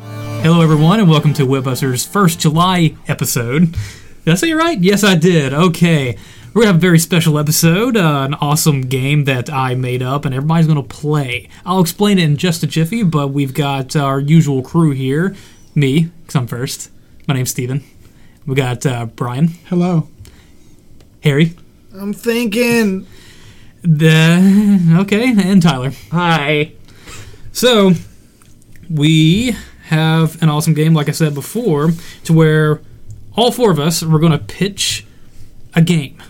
Hello, everyone, and welcome to Webbuster's first July episode. Did I say it right? Yes, I did. Okay. We're going to have a very special episode, uh, an awesome game that I made up, and everybody's going to play. I'll explain it in just a jiffy, but we've got our usual crew here me, because I'm first. My name's Steven. We got uh, Brian, Hello. Harry, I'm thinking. the, okay, and Tyler. Hi. So, we have an awesome game, like I said before, to where all four of us we're going to pitch a game.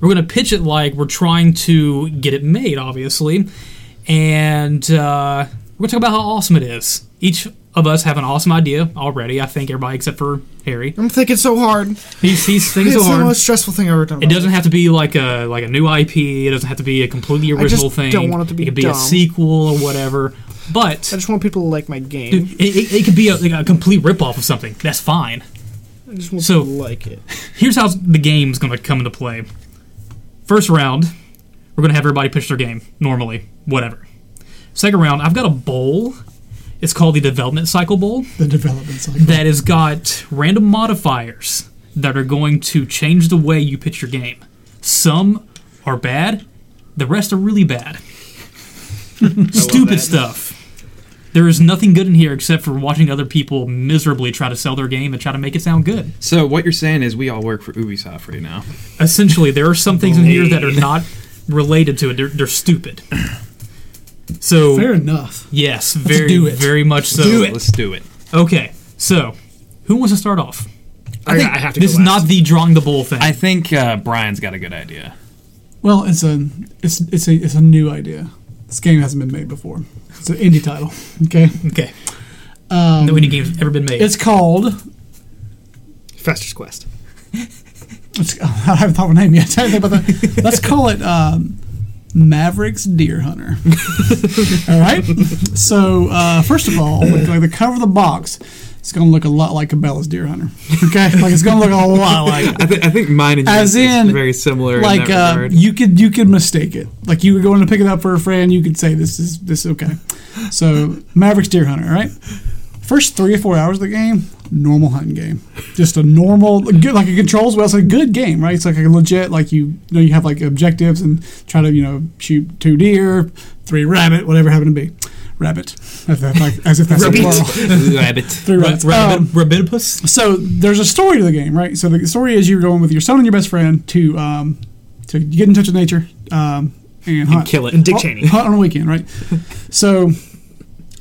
We're going to pitch it like we're trying to get it made, obviously, and uh, we're going to talk about how awesome it is. Each of us have an awesome idea already. I think everybody except for Harry. I'm thinking so hard. He's, he's thinking It's so the hard. most stressful thing I've ever done. It doesn't have to be like a like a new IP. It doesn't have to be a completely just original thing. don't want it to be It could be a dumb. sequel or whatever. But I just want people to like my game. Dude, it, it, it could be a, like a complete ripoff of something. That's fine. I just want so- people to like it. Here's how the game's going to come into play. First round, we're going to have everybody pitch their game, normally, whatever. Second round, I've got a bowl. It's called the Development Cycle Bowl The development cycle. that has got random modifiers that are going to change the way you pitch your game. Some are bad, the rest are really bad. Stupid stuff. There is nothing good in here except for watching other people miserably try to sell their game and try to make it sound good. So what you're saying is we all work for Ubisoft right now. Essentially, there are some things in here that are not related to it. They're, they're stupid. So Fair enough. yes, very do it. very much so. Do it. Let's do it. Okay, so who wants to start off? I, think I have to. This is go last. not the drawing the bowl thing. I think uh, Brian's got a good idea. Well, it's a it's it's a it's a new idea. This game hasn't been made before. It's an indie title. Okay, Okay. no indie game's ever been made. Um, it's called. Fester's Quest. It's, I haven't thought of a name yet. I haven't thought about that. Let's call it um, Mavericks Deer Hunter. all right. So uh, first of all, like, like the cover of the box, it's going to look a lot like Cabela's Deer Hunter. Okay, like it's going to look a lot like. it. I, th- I think mine and As yours is in, very similar. like in that uh, regard. you could you could mistake it. Like you were going to pick it up for a friend, you could say this is this is okay. So Mavericks Deer Hunter, all right? First three or four hours of the game, normal hunting game, just a normal good like it controls well. It's a good game, right? It's like a legit like you, you know you have like objectives and try to you know shoot two deer, three rabbit, whatever it happened to be, rabbit. As if, like, as if that's a plural. rabbit. Three rabbits. Um, Rabidipus? so there's a story to the game, right? So the story is you're going with your son and your best friend to um, to get in touch with nature um, and, hunt. kill it. And Dick Cheney. Hunt on a weekend, right? so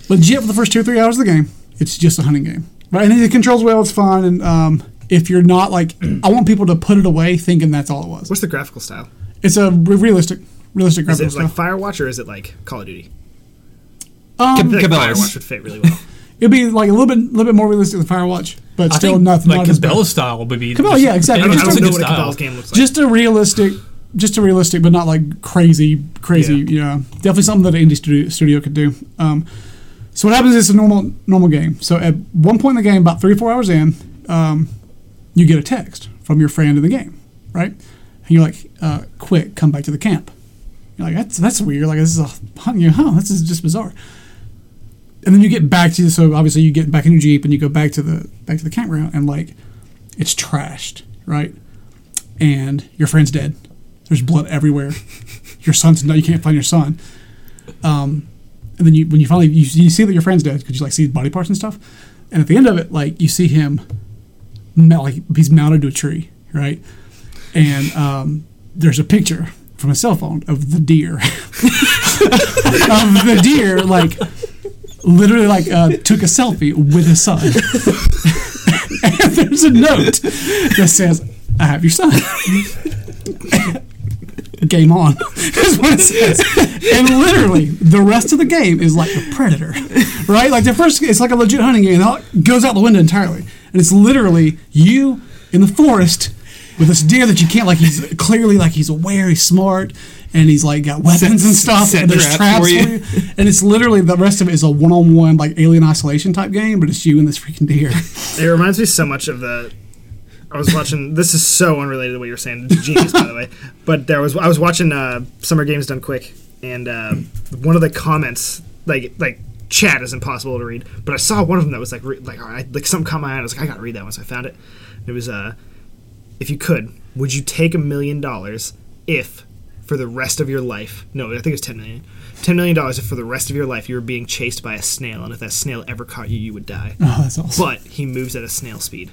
legit for the first two or three hours of the game, it's just a hunting game, right? And it controls well, it's fun, and um, if you're not like, I want people to put it away thinking that's all it was. What's the graphical style? It's a re- realistic, realistic Is graphical it like stuff. Firewatch or is it like Call of Duty? I um, feel like Cabela's. Firewatch would fit really well. it'd be like a little bit, little bit more realistic than Firewatch, but still nothing. Like not as bad. Cabela style would be. Cabela, just- yeah, exactly. I don't, I Just don't a know good what a style. Cabela's game looks like. just a realistic, just a realistic, but not like crazy, crazy. Yeah. You know, definitely something that an indie studio, studio could do. Um, so what happens is it's a normal, normal game. So at one point in the game, about three or four hours in, um, you get a text from your friend in the game, right? And you're like, uh, "Quick, come back to the camp." You're like, "That's that's weird. Like this is a hunting. You huh? This is just bizarre." And then you get back to so obviously you get back in your jeep and you go back to the back to the campground and like it's trashed, right? and your friend's dead. There's blood everywhere. Your son's no, you can't find your son. Um, and then you when you finally you, you see that your friend's dead because you like see his body parts and stuff. And at the end of it, like you see him, mou- like he's mounted to a tree, right? And um, there's a picture from a cell phone of the deer, of the deer, like literally like uh, took a selfie with his son. and there's a note that says, "I have your son." game on is what it says. And literally, the rest of the game is like the Predator, right? Like the first, it's like a legit hunting game. and It goes out the window entirely, and it's literally you in the forest with this deer that you can't like. He's clearly like he's aware, he's smart, and he's like got weapons and stuff. set and there's trap traps for for you. you. And it's literally the rest of it is a one-on-one like alien isolation type game, but it's you and this freaking deer. It reminds me so much of the. I was watching. This is so unrelated to what you're saying. It's genius, by the way. But there was. I was watching uh, Summer Games Done Quick, and uh, one of the comments, like like chat is impossible to read. But I saw one of them that was like re- like all right, like something caught my eye. And I was like, I gotta read that one, so I found it. It was uh, if you could, would you take a million dollars if for the rest of your life? No, I think it was ten million. Ten million dollars if for the rest of your life you were being chased by a snail, and if that snail ever caught you, you would die. Oh, that's awesome. But he moves at a snail speed.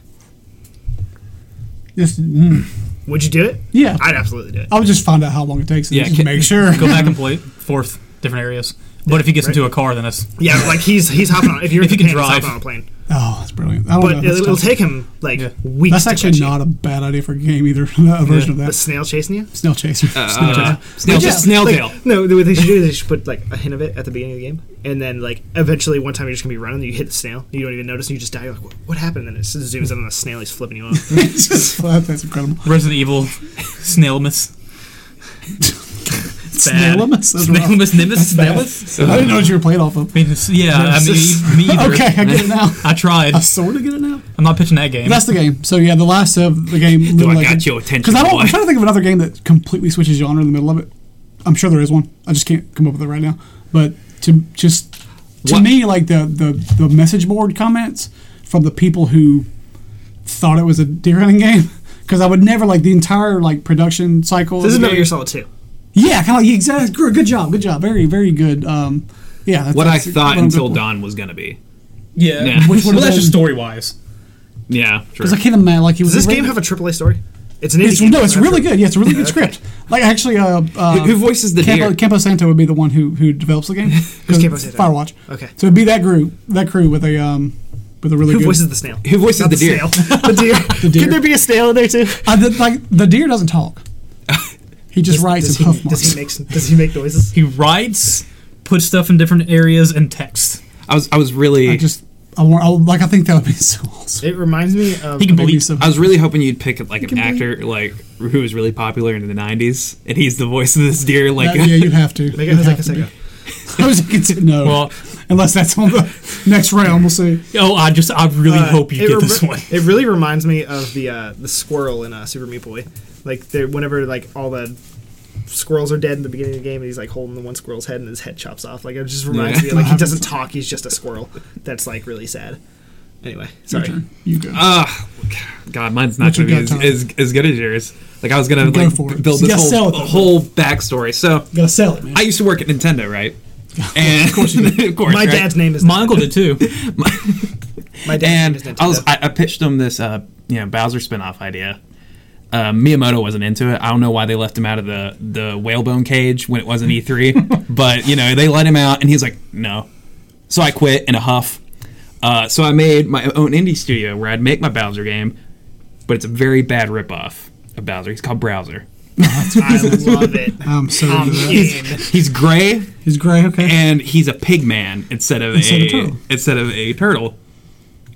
Just, mm. Would you do it? Yeah. I'd absolutely do it. I'll just find out how long it takes and Yeah, just ca- make sure. Go back and play fourth different areas. But if he gets into a car, then that's Yeah, like he's he's hopping on. If you're If in you can Japan, he's drive. hopping on a plane. Oh, that's brilliant. I don't know. But That's, it'll, it'll tough. take him like Yeah. weeks. that's to actually catch you. not a bad idea for a game either. A version of the that. snail chasing you. Snail chaser. Snail chaser. Uh, snail, Yeah, snail like, tail. No, the way they should do is they should put like a hint of it at the beginning of the game, and then like eventually one time you're just gonna be running, you hit the snail, you don't even notice, and you just die. You're like, what, what happened? And it just zooms in on the snail, he's flipping you off. It's just- well, that's incredible. Resident Evil Snail Miss. It's bad. Snailmus? That's Snail rough. Miss Nimbus? Snail Miss? I didn't know what you were playing off of. I mean, it's- yeah, Uh, I mean, me either. Okay, I get it now. I tried. I sort of get it now. I'm not pitching that game. That's the game. So yeah, the last of the game. Do I literally- got your attention? Because I don't. boy? I'm trying to think of another game that completely switches genre in the middle of it. I'm sure there is one. I just can't come up with it right now. But to just to What- me, like the, the the message board comments from the people who thought it was a deer hunting game. Because I would never like the entire like production cycle. this is of the Metal game- Gear Solid Two. Yeah, kind of like exactly. Good good job. Good job. Very very good. Um, yeah. That's, what I that's thought what I'm until going for. dawn was gonna be. yeah. Yeah. Which one well, of that's those- just story wise. Yeah, true. Because I can't imagine like he was. Does this a game regular- have a AAA story? It's an indie It's, game. no, it's doesn't have really a- good. Yeah, it's a really good script. Like actually, uh, uh, Who- who voices the Campo, deer? Campo Santo would be the one who who develops the game. Who's Campo Santo? Firewatch. Okay. So it'd be that crew, that crew with a um, with a really Who good. voices the snail? Who voices Not the deer? Snail. the deer. deer. Could there be a snail in there too? Does- Uh, the, like the deer doesn't talk. He just writes does, and he, puff does marks. he make does he make noises? He writes, puts stuff in different areas, and text. I was I was really I I, just I want I, like I think that would be so awesome. It reminds me of He can Maybe believe some- was really hoping you'd pick like an actor like who was really popular in the '90s, and he's the voice of this deer. Like, That- yeah, you have to. Make You'd it Jose have to be. Canseco. Jose Canseco. No. Well- unless that's on the next round, we'll see. Oh, I just, I really Uh, hope you it get rem- this one. It really reminds me of the uh, the squirrel in uh, Super Meat Boy. Like they whenever like all the squirrels are dead in the beginning of the game, and he's like holding the one squirrel's head, and his head chops off. Like it just reminds Yeah. me of, like he doesn't talk; he's just a squirrel. That's like really sad. Anyway, sorry. You go. ah, God, mine's not What you gonna be as, got, as, as good as yours. Like, I was gonna Go like for it. build You this gotta sell whole it, though. whole backstory. So Gotta sell it, man. I used to work at Nintendo, right? And of course, of course My right? dad's name is My uncle did too. My dad's name is and Nintendo. I was I, I pitched them this uh you know Bowser spinoff idea. Uh, Miyamoto wasn't into it. I don't know why they left him out of the the whalebone cage when it wasn't E three, but you know they let him out, and he's like no. So I quit in a huff. Uh, so I made my own indie studio where I'd make my Bowser game, but it's a very bad ripoff of Bowser. He's called Browser. I love it. I'm Um, so I'm into that. in. He's gray He's gray. Okay. and he's a pig man instead of Instead of a turtle. instead of a turtle.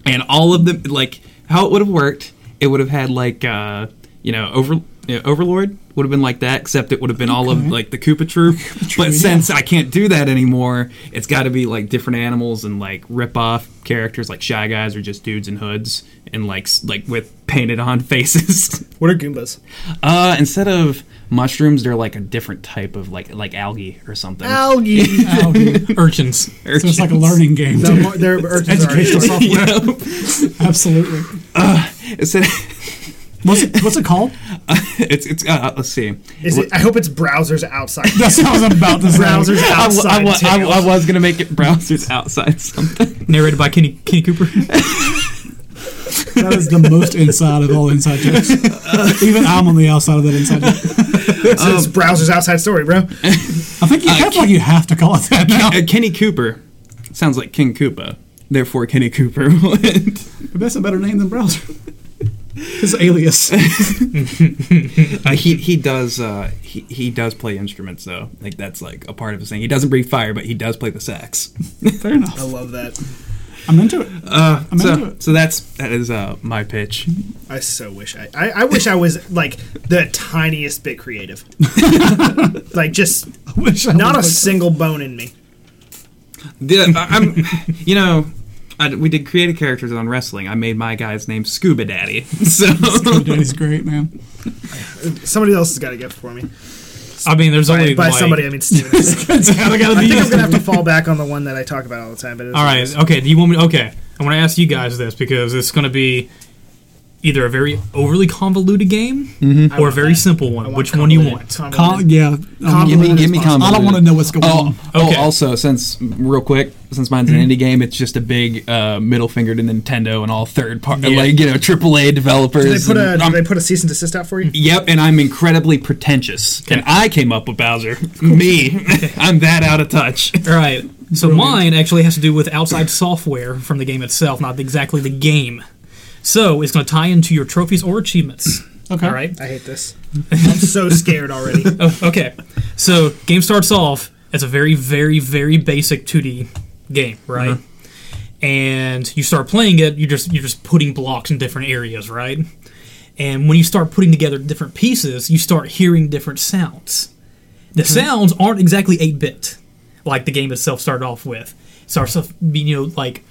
And all of them, like how it would have worked, it would have had like uh, you know over you know, Overlord would have been like that, except it would have been all of Okay. like the Koopa troop. but yeah. since I can't do that anymore, it's got to be like different animals and like rip off characters like Shy Guys or just dudes in hoods and like s- like with painted on faces. What are Goombas? uh, instead of mushrooms, they're like a different type of like like algae or something. Algae. Ow, dude. Urchins. So it's like a learning game. no, too. mo- they're urchins are Educational already- software. Absolutely. Instead- What's it, what's it called? it's it's uh, let's see. Is it, I hope it's browsers outside. That's what I was about to say. browsers I, w- I outside. w- I too. w- I was gonna make it browsers outside something. Narrated by Kenny, Kenny Cooper. That is the most inside of all inside jokes. Even I'm on the outside of that inside joke. So it's browsers outside story, bro. I think you have like you have to call it that now. Uh, Kenny Cooper sounds like King Koopa. Therefore, Kenny Cooper. would- That's a better name than browser. His alias. uh, he he does uh, he he does play instruments though. Like that's like a part of his thing. He doesn't breathe fire, but he does play the sax. Fair enough. I love that. I'm into it. Uh, I'm into so it. so that's that is uh, my pitch. I so wish I, I. I wish I was like the tiniest bit creative. like just I wish I not a was single bone in me. The, I, am you know. I, we did creative characters on wrestling. I made my guy's name Scuba Daddy. So like, Daddy's great, man. Somebody else has got to get it for me. I mean, there's only by like- somebody, I mean Steven. I That's how I gotta be. think I'm gonna have to fall back on the one that I talk about all the time. But it's All right. Okay. Do you want me? Okay. I'm going to ask you guys this because it's going to be either a very overly convoluted game or a very simple one. Which one do you want? Con- yeah. Um, Give me, give me I don't want to know what's going Oh, on. oh, Mm-hmm. Okay. also, since real quick, since mine's an indie game, it's just a big uh, middle finger to Nintendo and all third party, Yeah. like you know, AAA developers. Did they put a and did I'm- they put a cease and desist out for you? Yep, and I'm incredibly pretentious, and I came up with Bowser. Me, I'm that out of touch. All right. So mine actually has to do with outside software from the game itself, not exactly the game. So it's going to tie into your trophies or achievements. Okay. All right. I hate this. I'm so scared already. Oh, okay. So game starts off as a very, very, very basic 2D game, right? And you start playing it. You're just you're just putting blocks in different areas, right? And when you start putting together different pieces, you start hearing different sounds. The sounds aren't exactly eight bit, like the game itself started off with. It starts off being you know like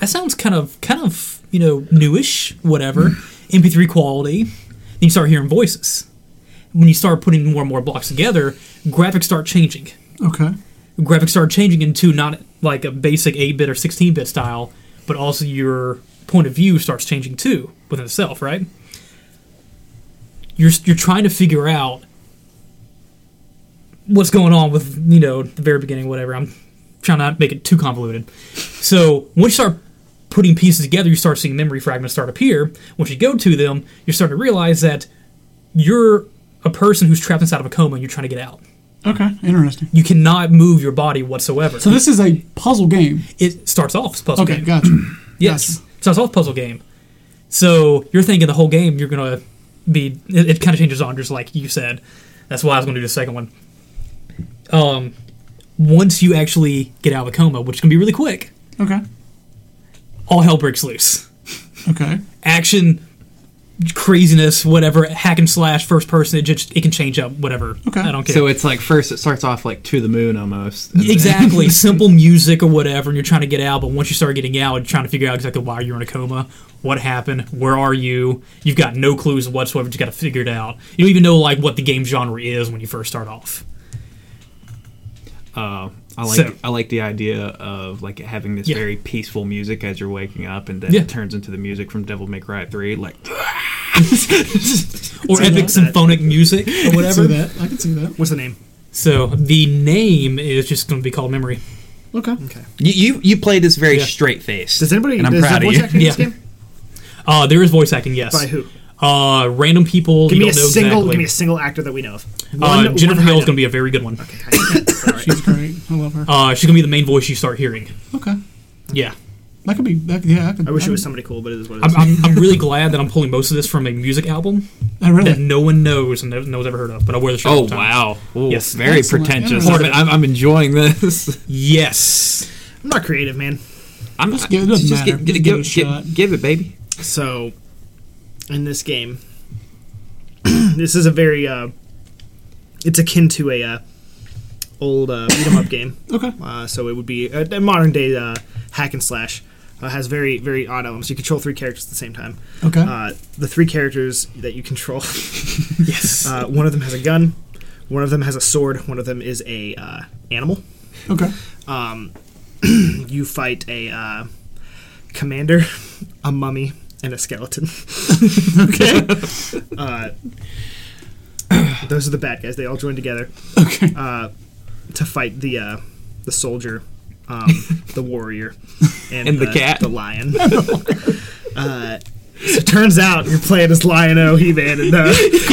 that sounds kind of kind of you know newish, whatever. MP3 quality. Then you start hearing voices when you start putting more and more blocks together, graphics start changing. Okay. Graphics start changing into not like a basic 8 bit or 16 bit style, but also your point of view starts changing too within itself, right? You're, you're trying to figure out what's going on with, you know, the very beginning, whatever. I'm trying not to make it too convoluted. So once you start putting pieces together, you start seeing memory fragments start appear. Once you go to them, you're starting to realize that you're a person who's trapped inside of a coma and you're trying to get out. Okay. Interesting. You cannot move your body whatsoever. So this is a puzzle game. it starts off as a puzzle Okay. game. Gotcha. Yes, starts off puzzle game. So you're thinking the whole game you're gonna be. It, it kind of changes on, just like you said. That's why I was gonna do the second one. Um, once you actually get out of the coma, which can be really quick, Okay. all hell breaks loose. Okay. Action, craziness, whatever, hack and slash, first person. It just it can change up, whatever. Okay. I don't care. So it's like first, it starts off like to the moon almost. and then- exactly simple music or whatever and you're trying to get out but once you start getting out you're trying to figure out exactly why you're in a coma what happened where are you you've got no clues whatsoever you got to figure it out you don't even know like what the game genre is when you first start off Uh, I like So- I like the idea of like having this Yeah. very peaceful music as you're waking up, and then Yeah. it turns into the music from Devil May Cry Three. Like or epic symphonic music or I can see whatever that. I can see that. What's the name? so the name is just going to be called memory Okay. you, you, you play this very Yeah. straight face. Does anybody? And I'm is there proud of voice you. acting in this Yeah. game? uh, there is voice acting yes By who? uh, random people Give you me a don't know single. exactly Give me a single actor that we know of. uh, Jennifer Hale is going to to be a very good one. She's great. I love her. Uh, she's going to be the main voice you start hearing. Okay. Yeah. That could be. That, yeah. I, could, I wish I it was somebody cool, but it is what it is. I'm, I'm, I'm really glad that I'm pulling most of this from a music album I really. that no one knows and no, no one's ever heard of, but I wear the shirt. all Oh the time. wow! Ooh, Yes. very Excellent. pretentious. Interesting. I'm, I'm, I'm enjoying this. Yes. I'm not creative, man. I'm Just give it- it doesn't just matter. gi- gi- Just gi- give it a gi- shot. give it, baby. So, in this game, this is a very. Uh, it's akin to a uh, old uh, beat 'em up game. Okay. Uh, so it would be a, a modern day uh, hack and slash. Uh, has very very odd elements. You control three characters at the same time. Okay. Uh, the three characters that you control, Yes. uh, one of them has a gun, one of them has a sword, one of them is a uh, animal. okay. You fight a uh, commander, a mummy, and a skeleton. okay. uh, those are the bad guys. They all join together Okay. Uh, to fight the uh, the soldier, um, the warrior, and, And the cat. the lion. uh, so it turns out you're playing as Lion-O, He-Man, and uh,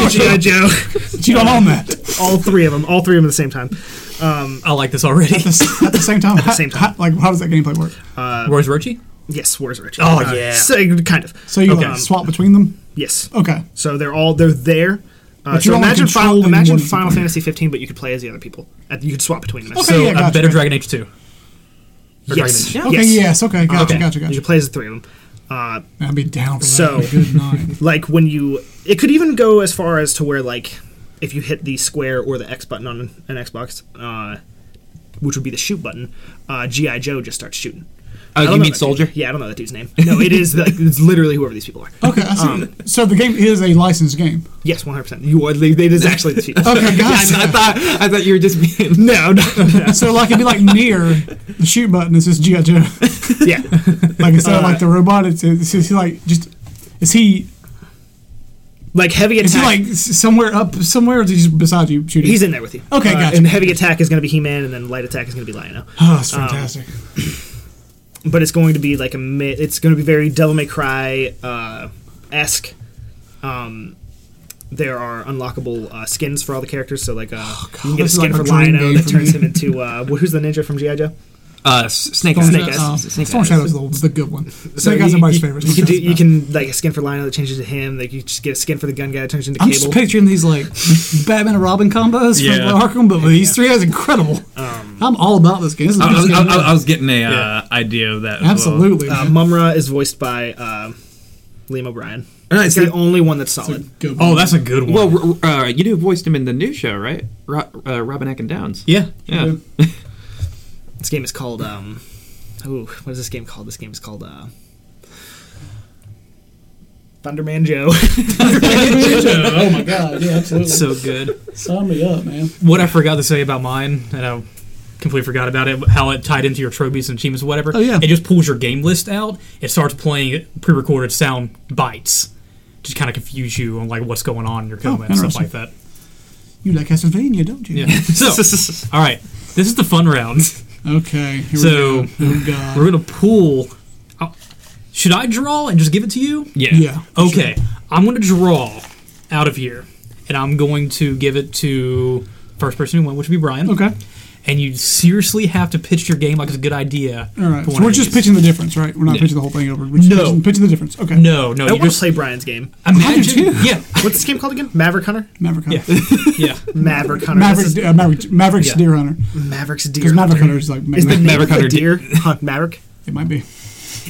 G.I. Joe. But you don't own that. All three of them. All three of them at the same time. I like this already. At the, s- at the same time. At the same time. like, how does that gameplay work? Roy's Rochi? Yes, War's Rich. Oh, yeah. So, kind of. So you Okay. like, swap between them? Yes. Okay. So they're all they're there. Uh, But you so only imagine control Final, the imagine ones that Final play. Fantasy 15, but you could play as the other people. Uh, You could swap between them. Okay. So yeah, a gotcha, Oh, uh, better gotcha. Dragon Age 2. So, Yes. yes. Yeah. Okay. Yes. Okay. Gotcha. Okay. Gotcha. You could Gotcha. play as the three of them. Uh, I'd be down for that. So- Good night. like when you, it could even go as far as to where like if you hit the square or the X button on an Xbox, uh, which would be the shoot button, uh, GI Joe just starts shooting. Oh, I don't you know mean that Soldier? dude. Yeah, I don't know that dude's name. No, it is like, it's literally whoever these people are. Okay, I see. Um, so the game is a licensed game. Yes, one hundred percent. You are. It is actually these people. Okay, guys. I thought I thought you were just being No, no, no. so like it'd be like near the shoot button. It's just GI Joe. yeah. Like instead Uh, of like the robot, it's, it's, it's like just is he Like heavy is he attack. like s- somewhere up somewhere? Or is he just beside you shooting? he's in there with you. Uh, Okay, gotcha. And heavy attack is going to be He Man, and then light attack is going to be Lionel. oh, that's Um, fantastic. but it's going to be like a mi- it's going to be very Devil May Cry uh, esque. Um, there are unlockable uh, skins for all the characters, so like uh, you can get a Oh, this is skin like for a dream Lionel game that for turns me. him into uh, wh- who's the ninja from GI Joe? uh, Snake Storm, Eyes. Shadow- uh, Snake Storm Eyes. Shadow's the, was the good one. So Snake Eyes you- are my you- favorite. You can Storm do, Shadow's you best. can like a skin for Lionel that changes to him. Like you just get a skin for the gun guy that turns into I'm Cable. just picturing these like Batman and Robin combos Yeah. from Arkham, but with these three guys incredible. Um, I'm all about this game. This is the I, best was- game. I, I, I was getting a uh, idea of that. as well. Absolutely. uh, Mumra is voiced by uh, Liam O'Brien. Uh, It's it's the got- only one that's solid. Good Oh, one. that's a good one. well, r- r- uh, you do voiced him in the new show, right? Ro- uh, Robin Atkin Downs. yeah. Yeah. This game is called um, ooh, what is this game called? This game is called uh, Thunderman Joe. oh my god, yeah, absolutely. So good. Sign me up, man. What I forgot to say about mine, and I completely forgot about it, how it tied into your trophies and achievements, whatever. Oh, yeah. It just pulls your game list out. It starts playing pre-recorded sound bites, just kind of confuse you on like what's going on in your combat and stuff like that. You like Castlevania, don't you? Yeah. so, all right, this is the fun round. Okay. Here So- we go. Oh god. We're gonna pull. I'll- Uh, Should I draw and just give it to you? yeah. yeah. Okay, I'm going to draw out of here, and I'm going to give it to first person who won, which would be Brian. Okay. And you seriously have to pitch your game like it's a good idea. All right. for So one we're of just these. pitching the difference, right? We're not pitching the whole thing over. We're just No. pitching, pitching the difference. Okay. No, no, I you want to just play Brian's game. imagine. too. Yeah, What's this game called again? Maverick Hunter. Maverick Hunter. yeah. Maverick Hunter. This Maverick, uh, Maverick, Maverick's Yeah. Deer Hunter. is Maverick's deer. Because Maverick Hunter is like Is the Maverick. Maverick Hunter Hunter deer? Hunt Maverick. It might be.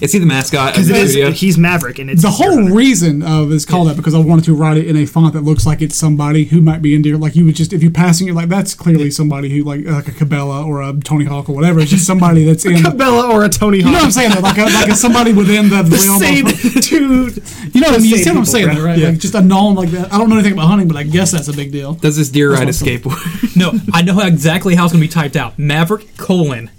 Is he the mascot of the It is- studio? he's Maverick, and it's The deer whole hunter. reason of it's called that because I wanted to write it in a font that looks like it's somebody who might be in deer. Like you would just if you're passing it like that's clearly somebody who like like a Cabela or a Tony Hawk or whatever. It's just somebody that's in. You Cabela or a Tony know what I'm Hawk. saying? though? Like a, like a somebody within the, the realm Same of dude. You know, what I mean? you Same see what I'm people, saying, right? though, right? Yeah. Like just a known like that. I don't know anything about hunting, but I guess that's a big deal. Does this deer ride a That's awesome. skateboard? No, I know how exactly how it's going to be typed out. Maverick colon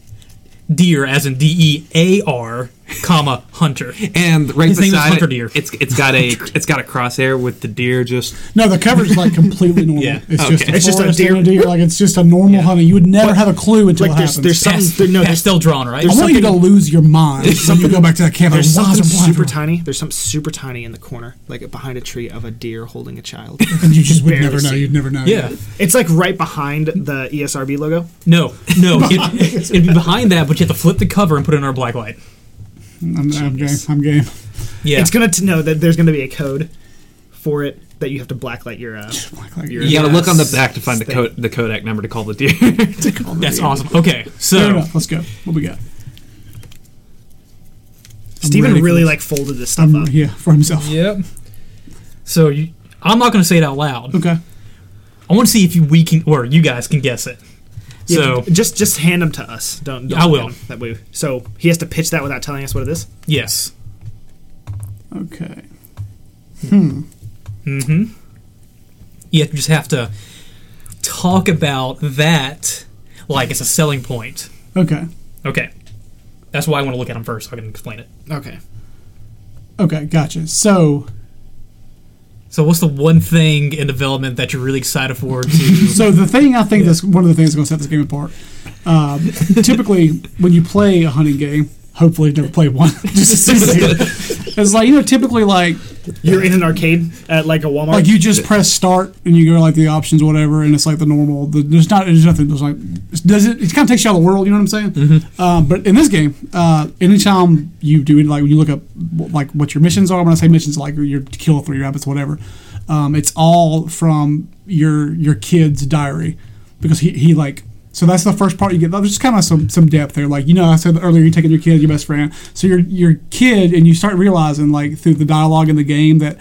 deer as in D E A R comma hunter. and right His name is beside Hunter it, Deer. it's it's got a it's got a crosshair with the deer just No, the coverage is like completely normal. Yeah. It's just Okay. a It's just a forest and deer. deer. Like it's just a normal hunting. You would never have a clue until Like it there's happens. there's something Pas- there, no there's, pastel drawn, right? I want you to lose your mind when you go back to that camera. there's Why is something it blind? super tiny. There's something super tiny in the corner, like behind a tree of a deer holding a child. And you just would barely never know. see. You'd never know. Yeah. it's like right behind the E ESRB logo. No, no. It, it'd be behind that, but you have to flip the cover and put it under a black light. I'm, I'm game. I'm game. Yeah. It's gonna t- know that there's gonna be a code for it that you have to blacklight your. Uh, Like, like, you gotta look on the back to find the Yes. code the Kodak number to call the deer. That's awesome. Okay, Fair so enough. Let's go. What we got? I'm Steven ready for really this. like folded this stuff I'm up. yeah for himself. Yep. So you, I'm not going to say it out loud. Okay. I want to see if you we can or you guys can guess it. Yeah, So just just hand them to us. Don't. don't I look will. at 'em. That way. So he has to pitch that without telling us what it is. yes, Okay. you just have to talk about that like it's a selling point. Okay. Okay, that's why I want to look at them first so I can explain it. Okay. Okay. Gotcha. So So what's the one thing in development that you're really excited for? To So the thing I think that's one of the things that's going to set this game apart. Um, typically, when you play a hunting game, hopefully you've never played one. just assume that you- it's like you know, typically like You're in an arcade at like a Walmart. like you just press start and you go like the options whatever, and it's like the normal. The, there's not there's nothing. There's like it does it. It kind of takes you out of the world. You know what I'm saying? Uh, but in this game, uh, anytime you do it, like when you look up wh- like what your missions are. When I say missions, like your to kill three rabbits, whatever. Um, it's all from your your kid's diary because he, he like so that's the first part you get. There's just kind of some some depth there. Like you know, I said earlier, you're taking your kid, your best friend. So your your kid, and you start realizing like through the dialogue in the game that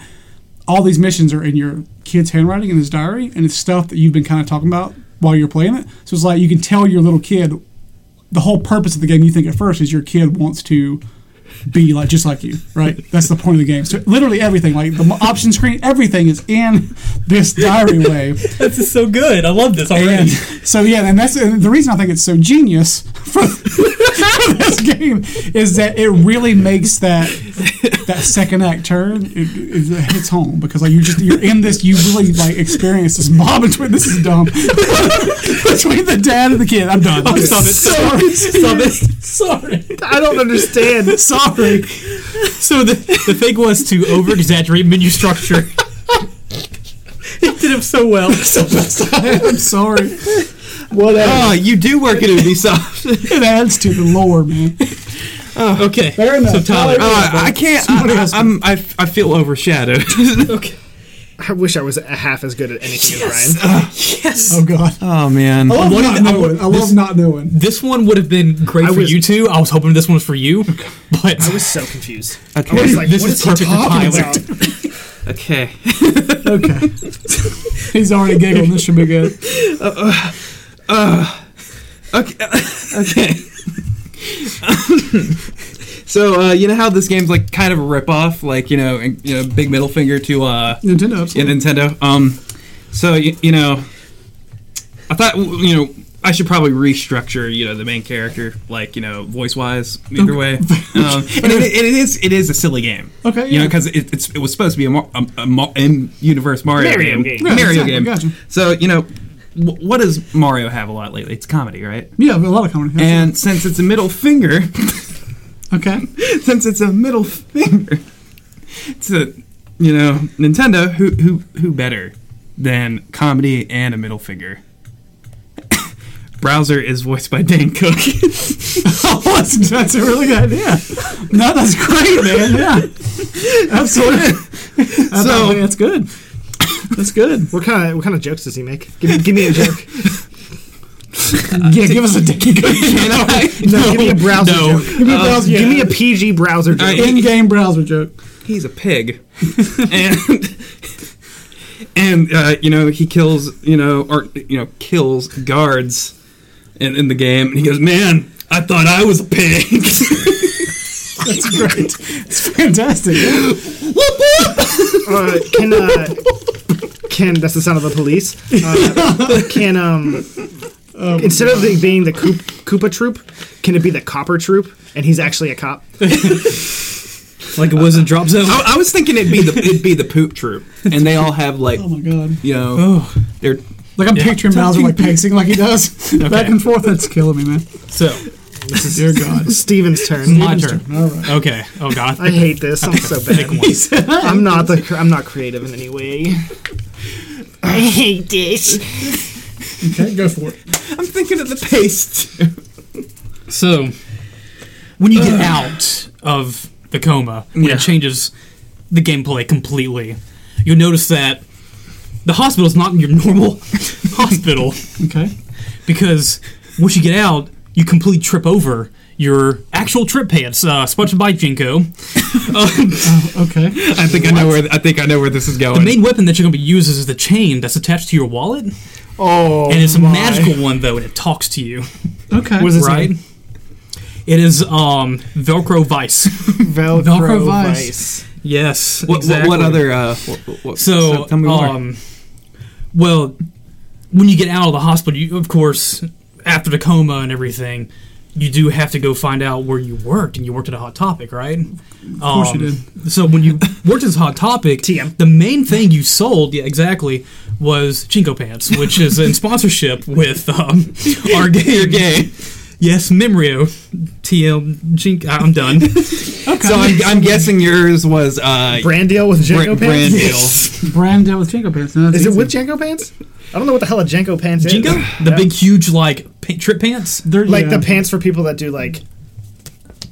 all these missions are in your kid's handwriting in his diary, and it's stuff that you've been kind of talking about while you're playing it. So it's like you can tell your little kid the whole purpose of the game you think at first is your kid wants to be like just like you, right? That's the point of the game. So literally everything, like the option screen, everything is in this diary wave. This is so good. I love this already. And so yeah, and that's and the reason I think it's so genius for, for this game is that it really makes that that second act turn it, it, it hits home because like you just you're in this you really like experience this mob between this is dumb between the dad and the kid. I'm done. I'm stop it. Sorry. Stop it. Sorry. I don't understand. Sorry. So the, the thing was to over exaggerate menu structure. he did him so well. I'm sorry. Oh, you do work at Ubisoft. It adds to the lore, man. Okay. Fair enough. So Tyler, Uh, I can't. Somebody I, else- I, am I, I feel overshadowed. okay. I wish I was a half as good at anything as Ryan. Yes. Oh god. oh man. I love One not of the- I knowing. would- I love this- not knowing. This one would have been great I for was- you two. I was hoping this one was for you, but I was so confused. Okay. I was like, this what is is he perfect for talking Tyler. about? Okay. Okay. He's already giggling. This should be good. Okay. okay. so uh, you know how this game's like kind of a ripoff, like you know, and, you know, big middle finger to uh, Nintendo. yeah, absolutely. Nintendo. Um, so you, you know, I thought you know I should probably restructure you know the main character, like you know, voice wise, either way. Um, and it, it is it is a silly game. Okay, You know, yeah. because it, it's it was supposed to be a, mar- a, a mar- in universe Mario Mario game, game. Yeah, Mario exactly, game. gotcha. So you know, w- what does Mario have a lot lately? It's comedy, right? Yeah, a lot of comedy. And since it's a middle finger, okay, since it's a middle finger to you know Nintendo, who who who better than comedy and a middle finger? Browser is voiced by Dan Cook. that's, that's a really good idea. No, that's great, man. Yeah, absolutely. So- Absolutely, that's good. That's good. What kind of what kind of jokes does he make? Give me, give me a joke. Yeah, give us a dick. You know, like, No, give me a browser no. joke. Give me a browser. Give me a PG browser joke. All right. in-game browser joke. he's a pig, and and uh, you know he kills you know or you know kills guards in, in the game, and he goes, "Man, I thought I was a pig." That's great. It's fantastic. Uh, can uh, can that's the sound of the police? Uh, can um, instead of the, being the Koop, Koopa troop, can it be the Copper troop? And he's actually a cop. like it was in Drop Zone. I, I was thinking it'd be the it'd be the poop troop, and they all have like Oh my god. you know they're Like I'm picturing Bowser like pacing like he does back and forth. That's killing me, man. So Dear God. Steven's turn. my turn. All right. Okay. Oh God. I hate this. I'm so bad. I'm not the. cr- I'm not creative in any way. I hate this. Okay, go for it. I'm thinking of the paste. So, when you get out of the coma, when Yeah. it changes the gameplay completely, you'll notice that the hospital is not your normal hospital Okay. because once you get out, you completely trip over your actual trip pants, uh, sponsored by Jinko. um, Okay. I think I know where I think I know where this is going. main weapon that you're going to be using is the chain that's attached to your wallet, Oh, and it's a my. magical one though, and it talks to you, Okay. Was it right? It is um, Velcro Vice. Velcro, Velcro vice. vice. Yes. what, exactly. what, what other? Uh, what, what, So, tell me more. um, well, when you get out of the hospital, you of course after the coma and everything, you do have to go find out where you worked, and you worked at a Hot Topic, right? Of course you did. So when you worked at Hot Topic, TM. the main thing you sold, yeah, exactly, was Chinko Pants, which is in sponsorship with um, our game. Your game. Yes, Memrio, TL, Jink. I'm done. so I'm, I'm guessing yours was uh, Brand deal with Janko Bra- pants. brand deal. Brand deal with Jingle Pants. No, that's Is it easy. with Janko pants? I don't know what the hell a Janko pants Jinko, is. the Yeah. big, huge, like pa- trip pants. They're- like yeah. the pants for people that do like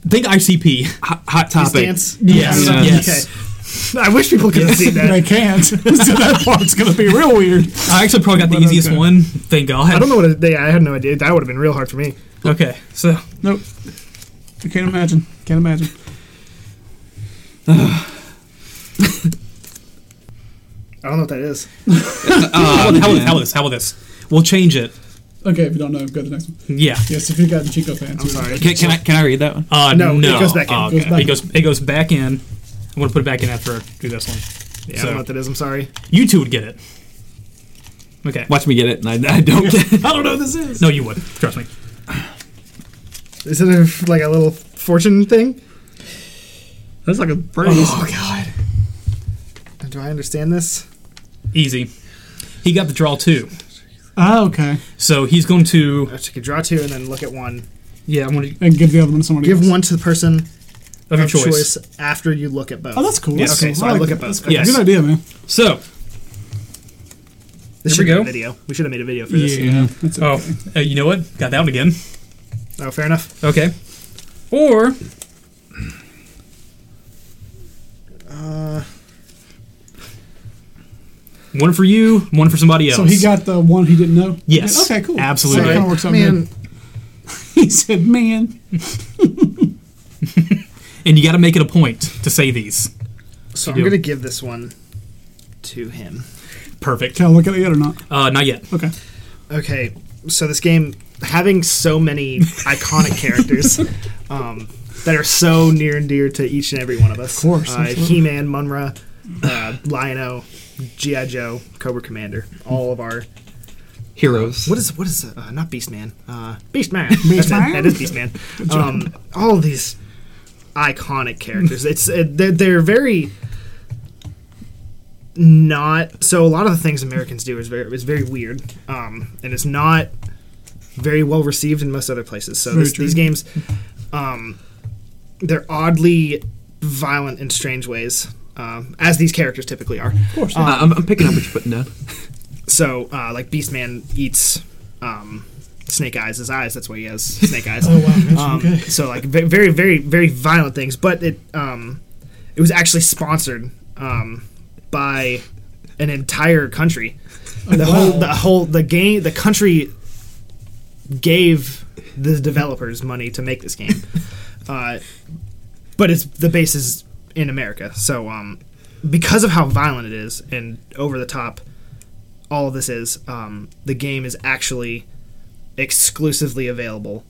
Think ICP. Hot, hot topic. dance. Yes. Yeah. Yes. Okay. I wish people could have seen They that. can't. so that part's gonna be real weird. I actually probably got the But easiest okay. one. Thank God. I don't know what it, they. I had no idea. That would have been real hard for me. Okay. So Nope. I can't imagine. Can't imagine. I don't know what that is. uh, how, about, how about this? How about this? We'll change it Okay, if you don't know, go to the next one. Yeah. Yes, if you got Chico fans. I'm sorry. Can, can I can I read that one? Uh, No, no, it goes back in. Oh, It goes okay. back It goes. It goes back in. I'm gonna put it back in after I do this one. Yeah, I don't know so what that is. I'm sorry. you two would get it. Okay. Watch me get it, and I, I don't get. It. I don't know what this is. No, you would. Trust me. Is it a, like a little fortune thing? That's like a phrase. Oh god. Do I understand this? Easy. He got the draw two, Ah, okay. so he's going to. I could draw two and then look at one. Yeah, I'm gonna And give the other one to somebody Give else. one to the person of your choice. after you look at both. Oh, that's cool. Yeah, that's okay, cool. so I like look that. at both. That's cool. Yes. Good idea, man. So, here this we should be go. A video. We should have made a video for this. Yeah. That's it. oh, uh, you know what? Got that one again. Oh, fair enough. Okay. Or Uh, one for you, one for somebody else. So he got the one he didn't know? Yes. Okay, cool. Absolutely. So it Sorry. kind of works out man, good. He said, man. and you got to make it a point to say these. so You I'm do. gonna give this one to him. Perfect. Can I look at it yet or not? Uh, not yet. Okay. Okay, so this game having so many iconic characters um, that are so near and dear to each and every one of us. Of course, uh, absolutely. He-Man, Munra, uh, Lion-O, GI Joe, Cobra Commander, all of our Heroes. What is what is uh, not Beastman? Uh, Beastman. That's Beastman? It. That is Beastman. Um, all of these iconic characters. It's uh, they're, they're very not so. A lot of the things Americans do is very is very weird, um, and it's not very well received in most other places. So Very this, true. these games, um, they're oddly violent in strange ways, um, as these characters typically are. Uh, I'm, I'm picking up what you're putting down. So, uh, like Beastman eats um, Snake Eyes' his eyes. That's why he has Snake Eyes. wow. um, So, like ve- very, very, very violent things. But it um, it was actually sponsored um, by an entire country. The whole, the whole, the game, the country gave the developers money to make this game. uh, but it's the base is in America. So, um, because of how violent it is and over the top, all of this is um, the game is actually exclusively available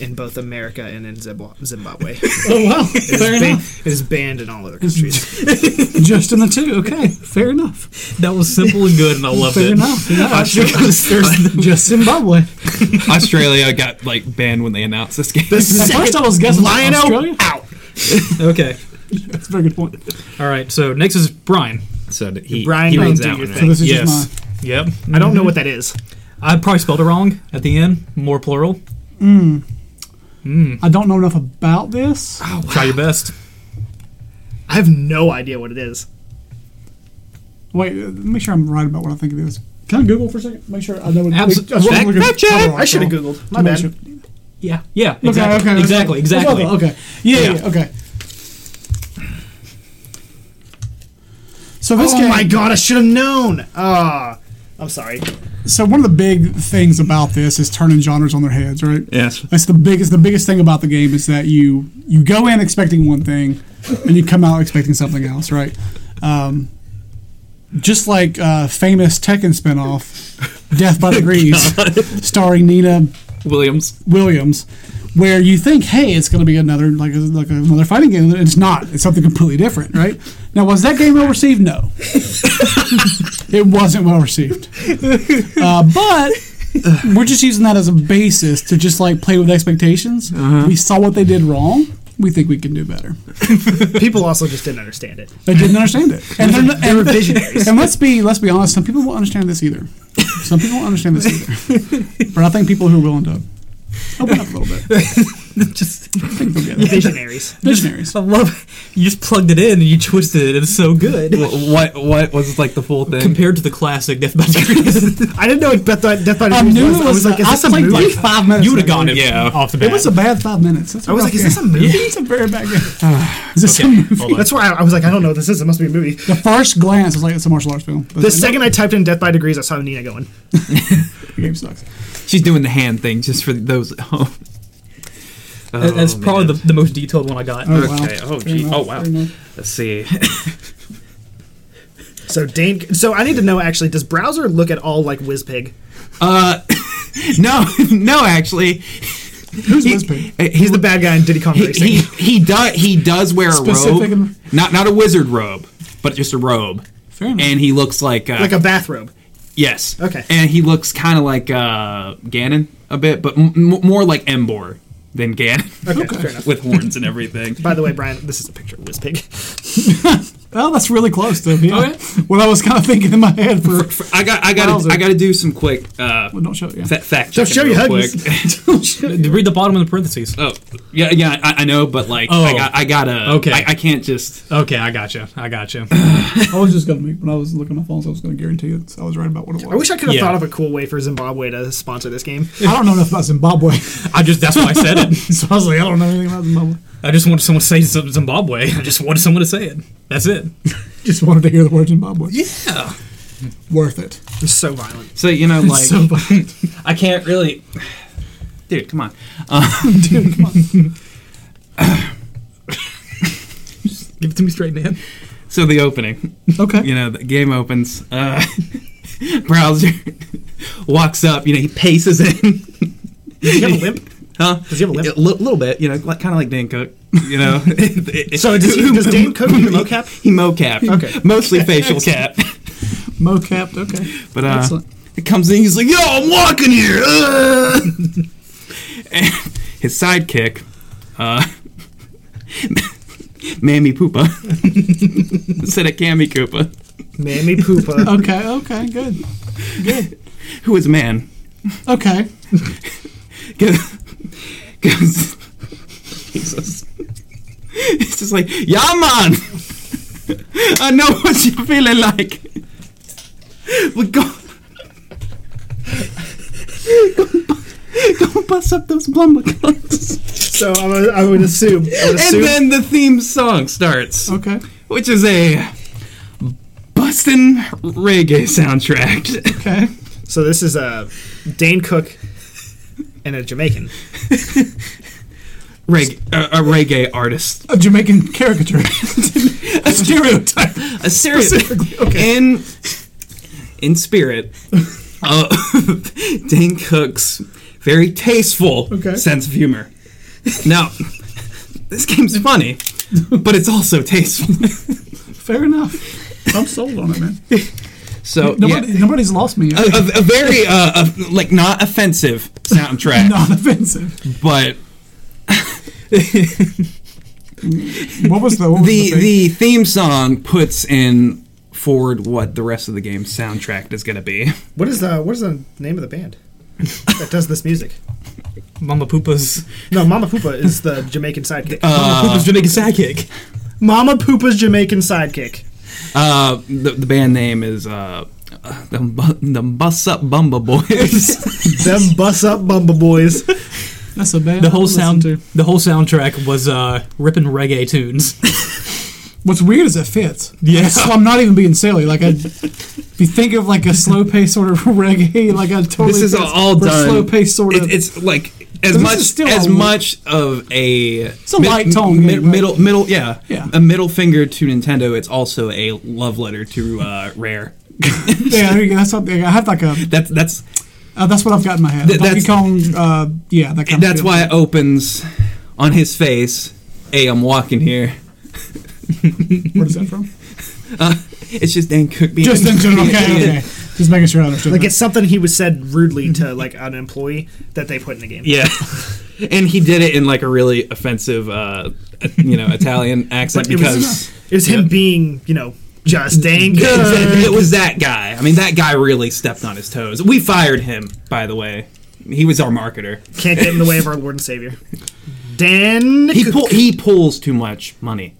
in both America and in Zimbab- Zimbabwe. Oh, wow. It Fair is, ban- it enough. is banned in all other countries. Just in the two. Okay. Fair enough. That was simple and good, and I loved Fair it. enough. Yeah, I should- there's just Zimbabwe. Australia got like banned when they announced this game. At first I was guessing Lion Australia. out. Okay. That's a very good point. All right. So next is Brian. so that he, Brian, he don't reads do that your one. So Right? thing. this is Yes. just mine. Yep. I don't know Mm-hmm. what that is. I probably spelled it wrong at the end. More plural. I don't know enough about this. Try your best. I have no idea what it is. Wait, uh, make sure I'm right about what I think it is. Can I Google for a second? Make sure I know what Abs- make- I should fact- look at fact the check. cover art, I should have so- googled. to My make bad. sure- Yeah. Yeah. Exactly. Okay, okay. that's Exactly. fine. Exactly. That's fine, Okay. Yeah, yeah, Yeah. okay. So this oh game, my god, I should have known. Ah, I'm sorry. so one of the big things about this is turning genres on their heads, right? Yes. That's the biggest the biggest thing about the game is that you you go in expecting one thing and you come out expecting something else, right? Um, just like uh, famous Tekken spinoff, Death by Degrees, starring Nina Williams. Williams, where you think, hey, it's going to be another like a, like another fighting game, and it's not. It's something completely different, right? Now, was that game well received? No, it wasn't well received. Uh, but we're just using that as a basis to just like play with expectations. We saw what they did wrong. We think we can do better. People also just didn't understand it. They didn't understand it, and they're not, and, visionaries. And let's be let's be honest. Some people won't understand this either. Some people won't understand this either. But I think people who are willing to open up a little bit, Just, I think they'll get it. Visionaries. Visionaries. I love. You just plugged it in and you twisted it. It's so good. Wh- What what was like the full thing? Compared to the classic Death by Degrees, I didn't know what Death by Death by I Degrees knew was. it I was was. like, is I this a played movie? like five minutes. you would have ago. gone it Yeah. off the bat. It was a bad five minutes. That's I was rough like, is game. this a movie? It's a very bad game. Is this a Okay, movie? hold on. That's why I, I was like, I don't know what this is. It must be a movie. The first glance was like it's a martial arts film. But The it's like, second I typed in Death by Degrees, I saw Nina going. no, the game sucks. She's doing the hand thing just for those at home. That- That's Oh, probably the, man. the most detailed one I got. Oh, Okay. Wow. Oh, Fair gee. enough, Oh, wow. fair enough. Let's see. So Dane. So I need to know actually. Does Browser look at all like Whiz Pig? Uh, no, no, actually, Who's He- Liz Pig? He's the bad guy in Diddy Kong he, Racing. he, he does he does wear a Specific robe, and- not not a wizard robe, but just a robe. Fair enough. And he looks like uh, like a bathrobe. yes, Okay. and he looks kind of like uh, Ganon a bit, but m- m- more like Embor than Ganon Okay, fair enough. with horns and everything. By the way, Brian, this is a picture of Wizpig. Oh, that's really close to yeah. Okay. what I was kind of thinking in my head for. I got I got to Wowzer. I got to do some quick uh, well, don't show it. Yeah. fa- fact Don't checking show you real hugs. quick. Read the bottom of the parentheses. Oh yeah, yeah, I, I know, but like I Oh. got I gotta Okay. I, I can't just Okay, I gotcha. I gotcha. I was just gonna make when I was looking at my phones. I was gonna guarantee it. I was right about what it was. I wish I could have Yeah. thought of a cool way for Zimbabwe to sponsor this game. I don't know enough about Zimbabwe, I just that's why I said it. so I was like, I don't know anything about Zimbabwe. I just wanted someone to say Z- Zimbabwe. I just wanted someone to say it. That's it. Just wanted to hear the word Zimbabwe. Yeah. Worth it. It's so violent. so you know like so violent. I can't really. Dude, come on. Dude, come on. Give it to me straight, man. So the opening, Okay. you know, the game opens. Uh, browser walks up. You know, he paces in. Does he have a limp? Huh? Does he have a limp? A li- little bit, you know, like, kind of like Dan Cook, you know. So does he- does Dan Cook do the mocap? He mocap. Okay. Mostly facial cap. Mo capped. Okay. But uh, Excellent. it comes in, he's like, "Yo, I'm walking here." uh." and his sidekick, uh, Mammy Poopa, instead of Cammy Koopa, Mammy Poopa. Okay. Okay. Good. Good. who is a man, Okay. goes, goes Jesus. It's just like, "Yeah, man, I know what you're feeling like, but go." go, bu- go bust up those blumbercocks. so I would, I would assume. I would assume And then the theme song starts, Okay. which is a bustin' reggae soundtrack. Okay. so this is a Dane Cook and a Jamaican. Reg- a, a reggae artist. A Jamaican caricature. a stereotype. A serious. In, in spirit, uh, Dane Cook's very tasteful Okay. sense of humor. Now, this game's funny, but it's also tasteful. Fair enough. I'm sold on it, man. So, Nobody, yeah. Nobody's lost me. A, a, a very, uh, a, like, not offensive soundtrack, Not offensive. but What was the what was the thing? the theme song puts in forward what the rest of the game's soundtrack is going to be. What is the what is the name of the band that does this music? Mama Poopa's No, Mama Poopa is the Jamaican sidekick. Mama Poopa's Jamaican sidekick. Mama Poopa's Jamaican sidekick. Uh, the, the band name is uh, uh, the Bu- the Bus Up Bumba Boys. Them bus up Bumble Boys. That's a bad. The whole sound, the whole soundtrack was uh, ripping reggae tunes. What's weird is it fits. Yeah. So I'm not even being silly. Like I, if you think of like a slow paced sort of reggae, like I totally. this is fits all for done. Slow paced sort of. It- it's like as this much is still as a- much of a it's a light tone game, right? middle middle yeah Yeah. a middle finger to Nintendo. It's also a love letter to uh, Rare. yeah, there you go. that's something. I have like a. That's that's Uh, that's what I've got in my head. Th- Donkey that's- Kong. Uh, yeah, that kind of. That's feel. why it opens on his face. Hey, I'm walking here. Where is that from? It's just Dan Cook being Just in general. Okay, okay. Just making sure I understood. Like that. it's something he was said rudely to like an employee that they put in the game. Yeah, and he did it in like a really offensive, uh, you know, Italian accent But it because was it was him being, you know, just dang good. it was that guy. I mean, that guy really stepped on his toes. We fired him, by the way. He was our marketer. Can't get in the way of our Lord and Savior. Dan He pull, he pulls too much money.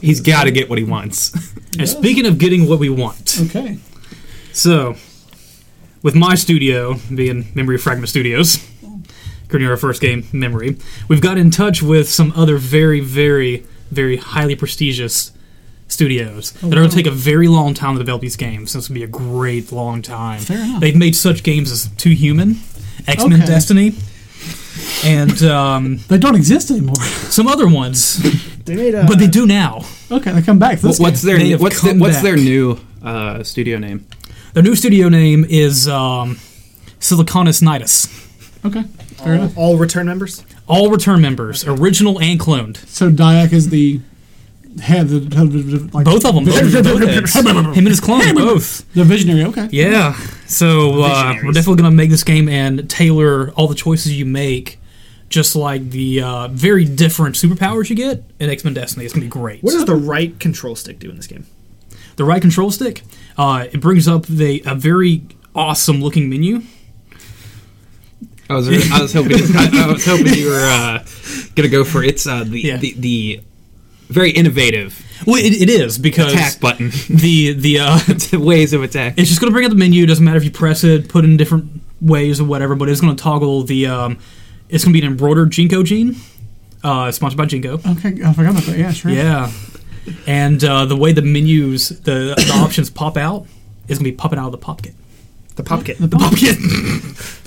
He's got to get what he wants. And speaking of getting what we want, okay. so with my studio being Memory Fragment Studios, currently our first game, Memory, we've got in touch with some other very, very, very highly prestigious studios Oh, that are going to take a very long time to develop these games. So it's going to be a great long time. Fair enough. They've made such games as Two Human, X Men Okay. Destiny, and um, They don't exist anymore. some other ones, They made a, but they do now. okay, they come back. This what's their They have what's the, come what's back. their new uh, studio name? Their new studio name is um, siliconusnitis. Okay, fair enough. All return members? All return members, original and cloned. So Dyak is the head, the, the, the, like, Both of them. Both, both heads. Him and his clone, both. the visionary. Okay, Yeah. So uh, we're Visionaries. definitely going to make this game and tailor all the choices you make, just like the uh, very different superpowers you get in X Men Destiny. It's going to be great. What does the right control stick do in this game? the right control stick, uh, it brings up the, a very awesome looking menu. I was, I was hoping I, I was hoping you were uh, gonna go for it's uh, the, Yeah. the the very innovative Well, it, it is because attack button the the uh, ways of attack. it's just going to bring up the menu. Doesn't matter if you press it, put it in different ways or whatever, but it's going to toggle the. Um, it's going to be an embroidered Jinko jean, uh, sponsored by Jinko. okay, I forgot about that. Yeah, sure. Yeah, and uh, the way the menus, the, the options pop out, is going to be popping out of the pop kit. The pop kit. The pop kit.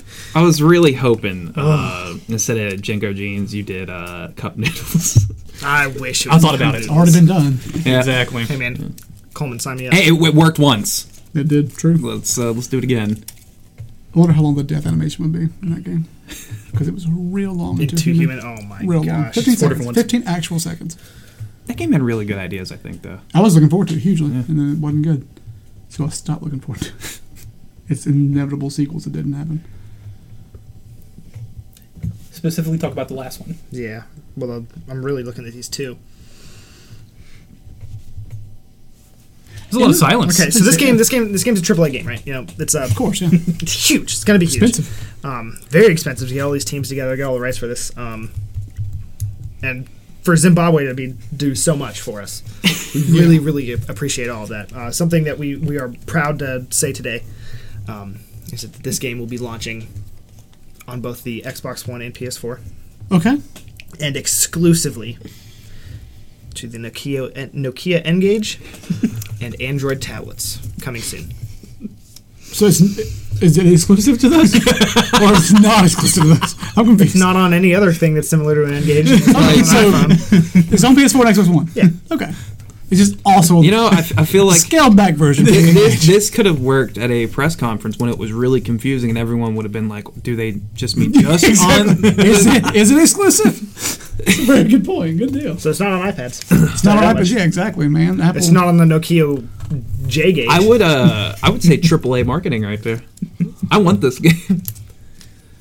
I was really hoping uh, instead of Jenko jeans, you did uh, cup noodles. I wish it I thought about it. It's already been done. Exactly. Hey, man. Coleman, sign me up. Hey, it, it worked once. It did. True. Let's uh, let's do it again. I wonder how long the death animation would be in that game because it was real long. In too two human. Oh, my Real long. gosh. Fifteen It's four different seconds. ones. Fifteen actual seconds. That game had really good ideas, I think, though. I was looking forward to it hugely, and then it wasn't good. So I stopped looking forward to it. It's inevitable sequels that didn't happen. Specifically, talk about the last one. Yeah. Well, I'm- I'm really looking at these two. There's a lot of silence. Okay, so this game, this game, this game's a AAA game, right? You know, it's uh, Of course, yeah. it's huge. It's gonna be huge. Expensive. Um, very expensive to get all these teams together, get all the rights for this, um, and for Zimbabwe to be do so much for us. We really, really appreciate all of that. Uh, something that we we are proud to say today um, is that this game will be launching on both the Xbox One and PS4, Okay. and exclusively to the Nokia Nokia N-Gage and Android tablets coming soon. So it's, is it exclusive to this, or it's not exclusive to this? I'm confused. Not on any other thing that's similar to an N-Gage. Okay, On so iPhone. it's on PS4 and Xbox One. Yeah. Okay. It's just also You know, I, I feel like scaled back version. Th- this, this could have worked at a press conference when it was really confusing and everyone would have been like, do they just mean just on? is it is it exclusive? It's a very good point. Good deal. So it's not on iPads. It's not that on much. iPad. Yeah, exactly, man. Apple. It's not on the Nokia J gauge. I would uh I would say AAA marketing right there. I want this game.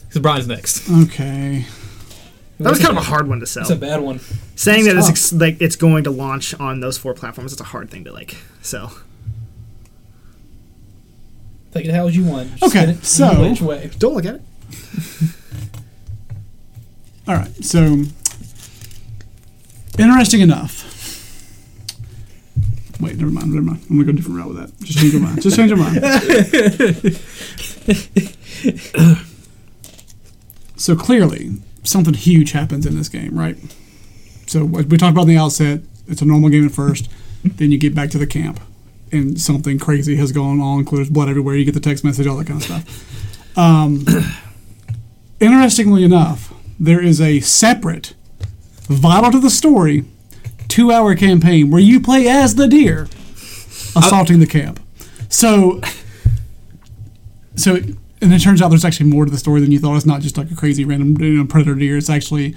So Brian's next. Okay. that was kind of a hard one to sell. It's a bad one. Saying that it's tough. ex- like it's going to launch on those four platforms, it's a hard thing to like sell. Take it how you want. Just Okay, get it so- which way? Don't look at it. All right. So interesting enough. Wait, never mind, never mind. I'm gonna go a different route with that. Just change your mind. Just change your mind. so clearly, something huge happens in this game, right? So what we talked about in the outset, it's a normal game at first. then you get back to the camp, and something crazy has gone on. There's blood everywhere. You get the text message, all that kind of stuff. Um, interestingly enough, there is a separate, vital to the story, two-hour campaign where you play as the deer assaulting the camp. So, so, and it turns out there's actually more to the story than you thought. It's not just like a crazy random you know, predator deer. It's actually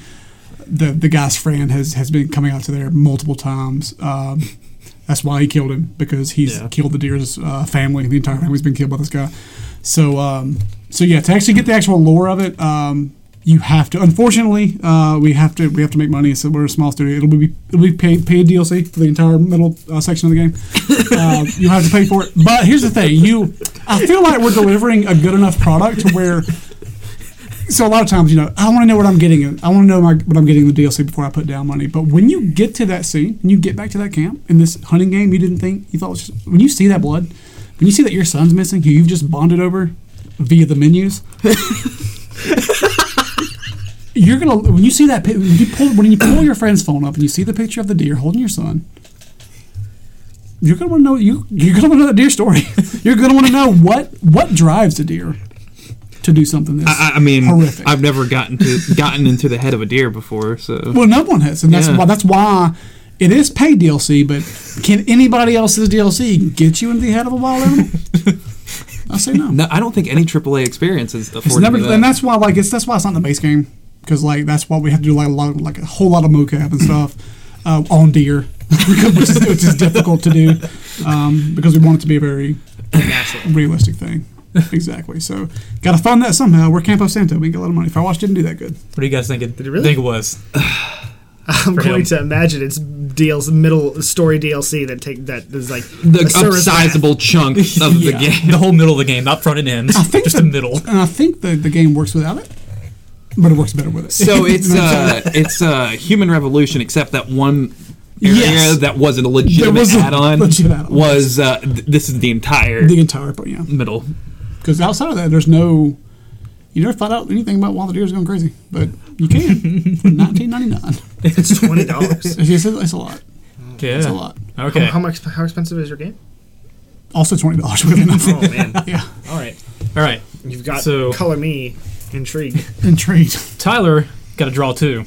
the the guy's friend has has been coming out to there multiple times. Um, that's why he killed him because he's Yeah. killed the deer's uh, family. The entire family's been killed by this guy. So um, so yeah, to actually get the actual lore of it, um, you have to. Unfortunately, uh, we have to we have to make money. So we're a small studio. It'll be it'll be paid, paid DLC for the entire middle uh, section of the game. uh, you have to pay for it. But here's the thing: you, I feel like we're delivering a good enough product to where so a lot of times, you know, I want to know what I'm getting. I want to know my, what I'm getting in the DLC before I put down money. But when you get to that scene and you get back to that camp in this hunting game, you didn't think you thought was just, when you see that blood, when you see that your son's missing, who you've just bonded over via the menus. You're gonna when you see that pi- when you pull when you pull your friend's phone up and you see the picture of the deer holding your son. You're gonna want to know you. You're gonna want to know the deer story. You're gonna want to know what what drives a deer to do something this. I, I mean Horrific. I've never gotten to gotten into the head of a deer before, so Well, no one has, and that's Yeah. why that's why it is paid DLC. But can anybody else's DLC get you into the head of a wild animal? I say no. No, I don't think any AAA experience is afforded. It's never, to that. and that's why like it's that's why it's not in the base game because like that's why we have to do like a lot like a whole lot of mocap and stuff uh, on deer, which is which is difficult to do um, because we want it to be a very realistic thing. Exactly. So got to fund that somehow. We're Campo Santo. We can get a lot of money. Firewatch didn't do that good. What do you guys thinking? Did it really? Think it was? I'm For going him. to imagine it's deals middle story DLC that take that is like the a service sizable chunk of the Yeah. game. The whole middle of the game, not front and end, think just the the- middle. And I think the the game works without it, but it works better with it. So it's uh, it's uh, Human Revolution, except that one area Yes. that wasn't a legitimate was a add-on legit add-on. was uh, th- this is the entire the entire but yeah. middle. Because outside of that, there's no. You never find out anything about why the deer's going crazy, but you can for 19.99. pass. It's twenty dollars. It's, just- it's a lot. Yeah, It's a lot. Okay, How much? How expensive is your game? Also twenty dollars would have been enough. Oh man, yeah, all right. all right. You've got So- color me intrigued. intrigued. Tyler got to draw two.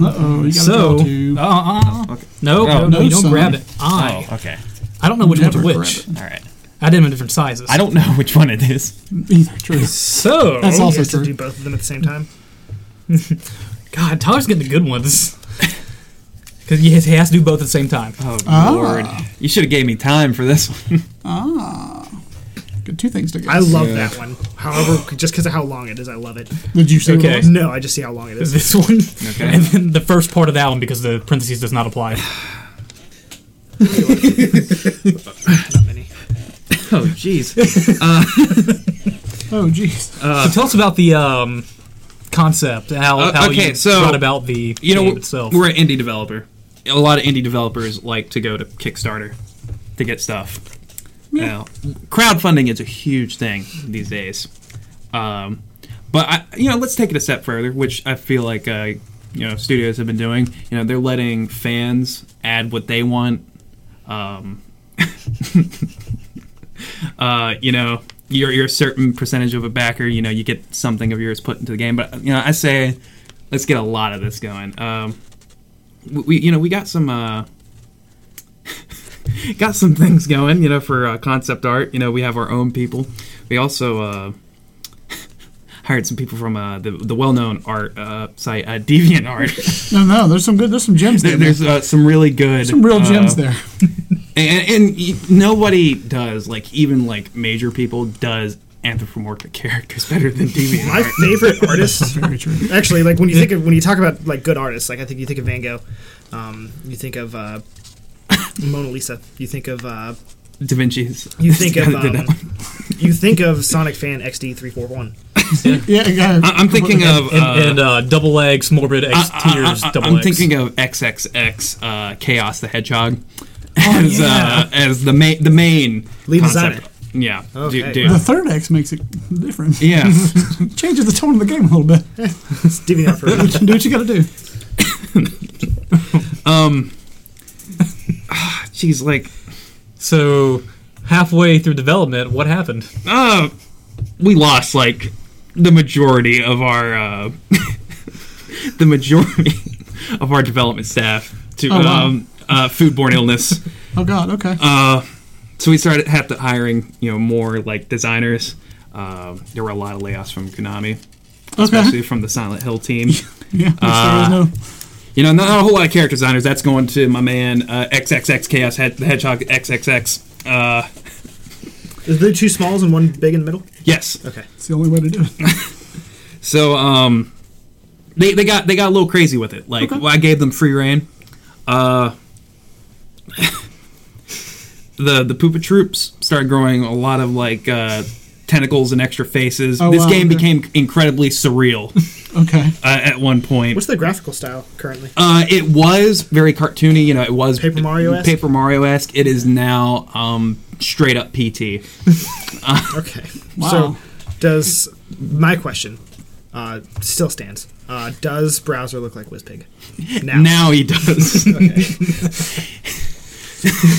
Uh oh, you got So, to two. uh, uh, uh, no, no, no, no, you don't son. grab it. I, Oh, okay. I don't know which one's Never grab which. All right. I did them in different sizes. I don't know which one it is. Either true. So, That's You also have to true. do both of them at the same time. God, Tyler's getting the good ones. Because he has, he has to do both at the same time. Uh, Oh Ah. lord! You should have gave me time for this one. Good two things to guess. I love that one. However, just because of how long it is, I love it. Did you say Okay. okay? No, I just see how long it is. This one. Okay. And then the first part of that one because the parentheses does not apply. Oh jeez. Oh jeez. so tell us about the um, concept, how, Uh, how okay, you so, brought about the you know game itself. we're an indie developer. A lot of indie developers like to go to Kickstarter to get stuff. Now, crowdfunding is a huge thing these days. Um, but I, you know, let's take it a step further, which I feel like uh, you know studios have been doing. You know, they're letting fans add what they want. Um, uh, you know, you're, you're a certain percentage of a backer. You know, you get something of yours put into the game. But you know, I say let's get a lot of this going. Um, we- we, you know, we got some. Uh, got some things going, you know, for uh, concept art. You know, we have our own people. We also uh, hired some people from uh, the the well known art uh, site uh, Deviant Art. No, no. There's some good. There's some gems there. There's uh, some really good, some real uh, gems there. and, and y- nobody does like even like major people does anthropomorphic characters better than Deviant. My favorite artist, Very true. actually, like when you think of when you talk about like good artists, like I think you think of Van Gogh, um, you think of uh, Mona Lisa, you think of uh, Da Vinci's. you think of Gotta do that um, you think of Sonic Fan XD three four one. Yeah, yeah. I- I'm thinking of and, uh, and uh, double eggs, morbid eggs, tears, double am eggs. thinking of XXX uh, Chaos the Hedgehog as uh, as the main the main Oh, Lead concept. Yeah, Okay. du- dude. the third X makes it different. Yeah, Changes the tone of the game a little bit. It's divvying up for me. do what you got to do. she's like, so, halfway through development, what happened? uh, we lost like the majority of our uh, the majority of our development staff to Oh, wow. um, uh, foodborne illness. Oh God. Okay. Uh, so we started have to hiring you know more like designers. Um, there were a lot of layoffs from Konami, especially okay. from the Silent Hill team. Uh, Yeah. which there is no. You know, not a whole lot of character designers. That's going to my man uh, XXX Chaos Head, the Hedgehog XXX. Uh, Is there two smalls and one big in the middle? yes. Okay. It's the only way to do it. So um, they they got they got a little crazy with it. Like well, I gave them free reign. Uh, the the Poopa troops started growing a lot of like uh, tentacles and extra faces. Oh, this wow, game okay. became incredibly surreal Okay. uh, at one point. What's the graphical style currently? Uh, it was very cartoony. You know, it was Paper Mario-esque? Paper Mario esque. It is now um, straight up PT. Okay. Wow. So, does my question uh, still stands? Uh, does browser look like WizPig? Now, Now he does. the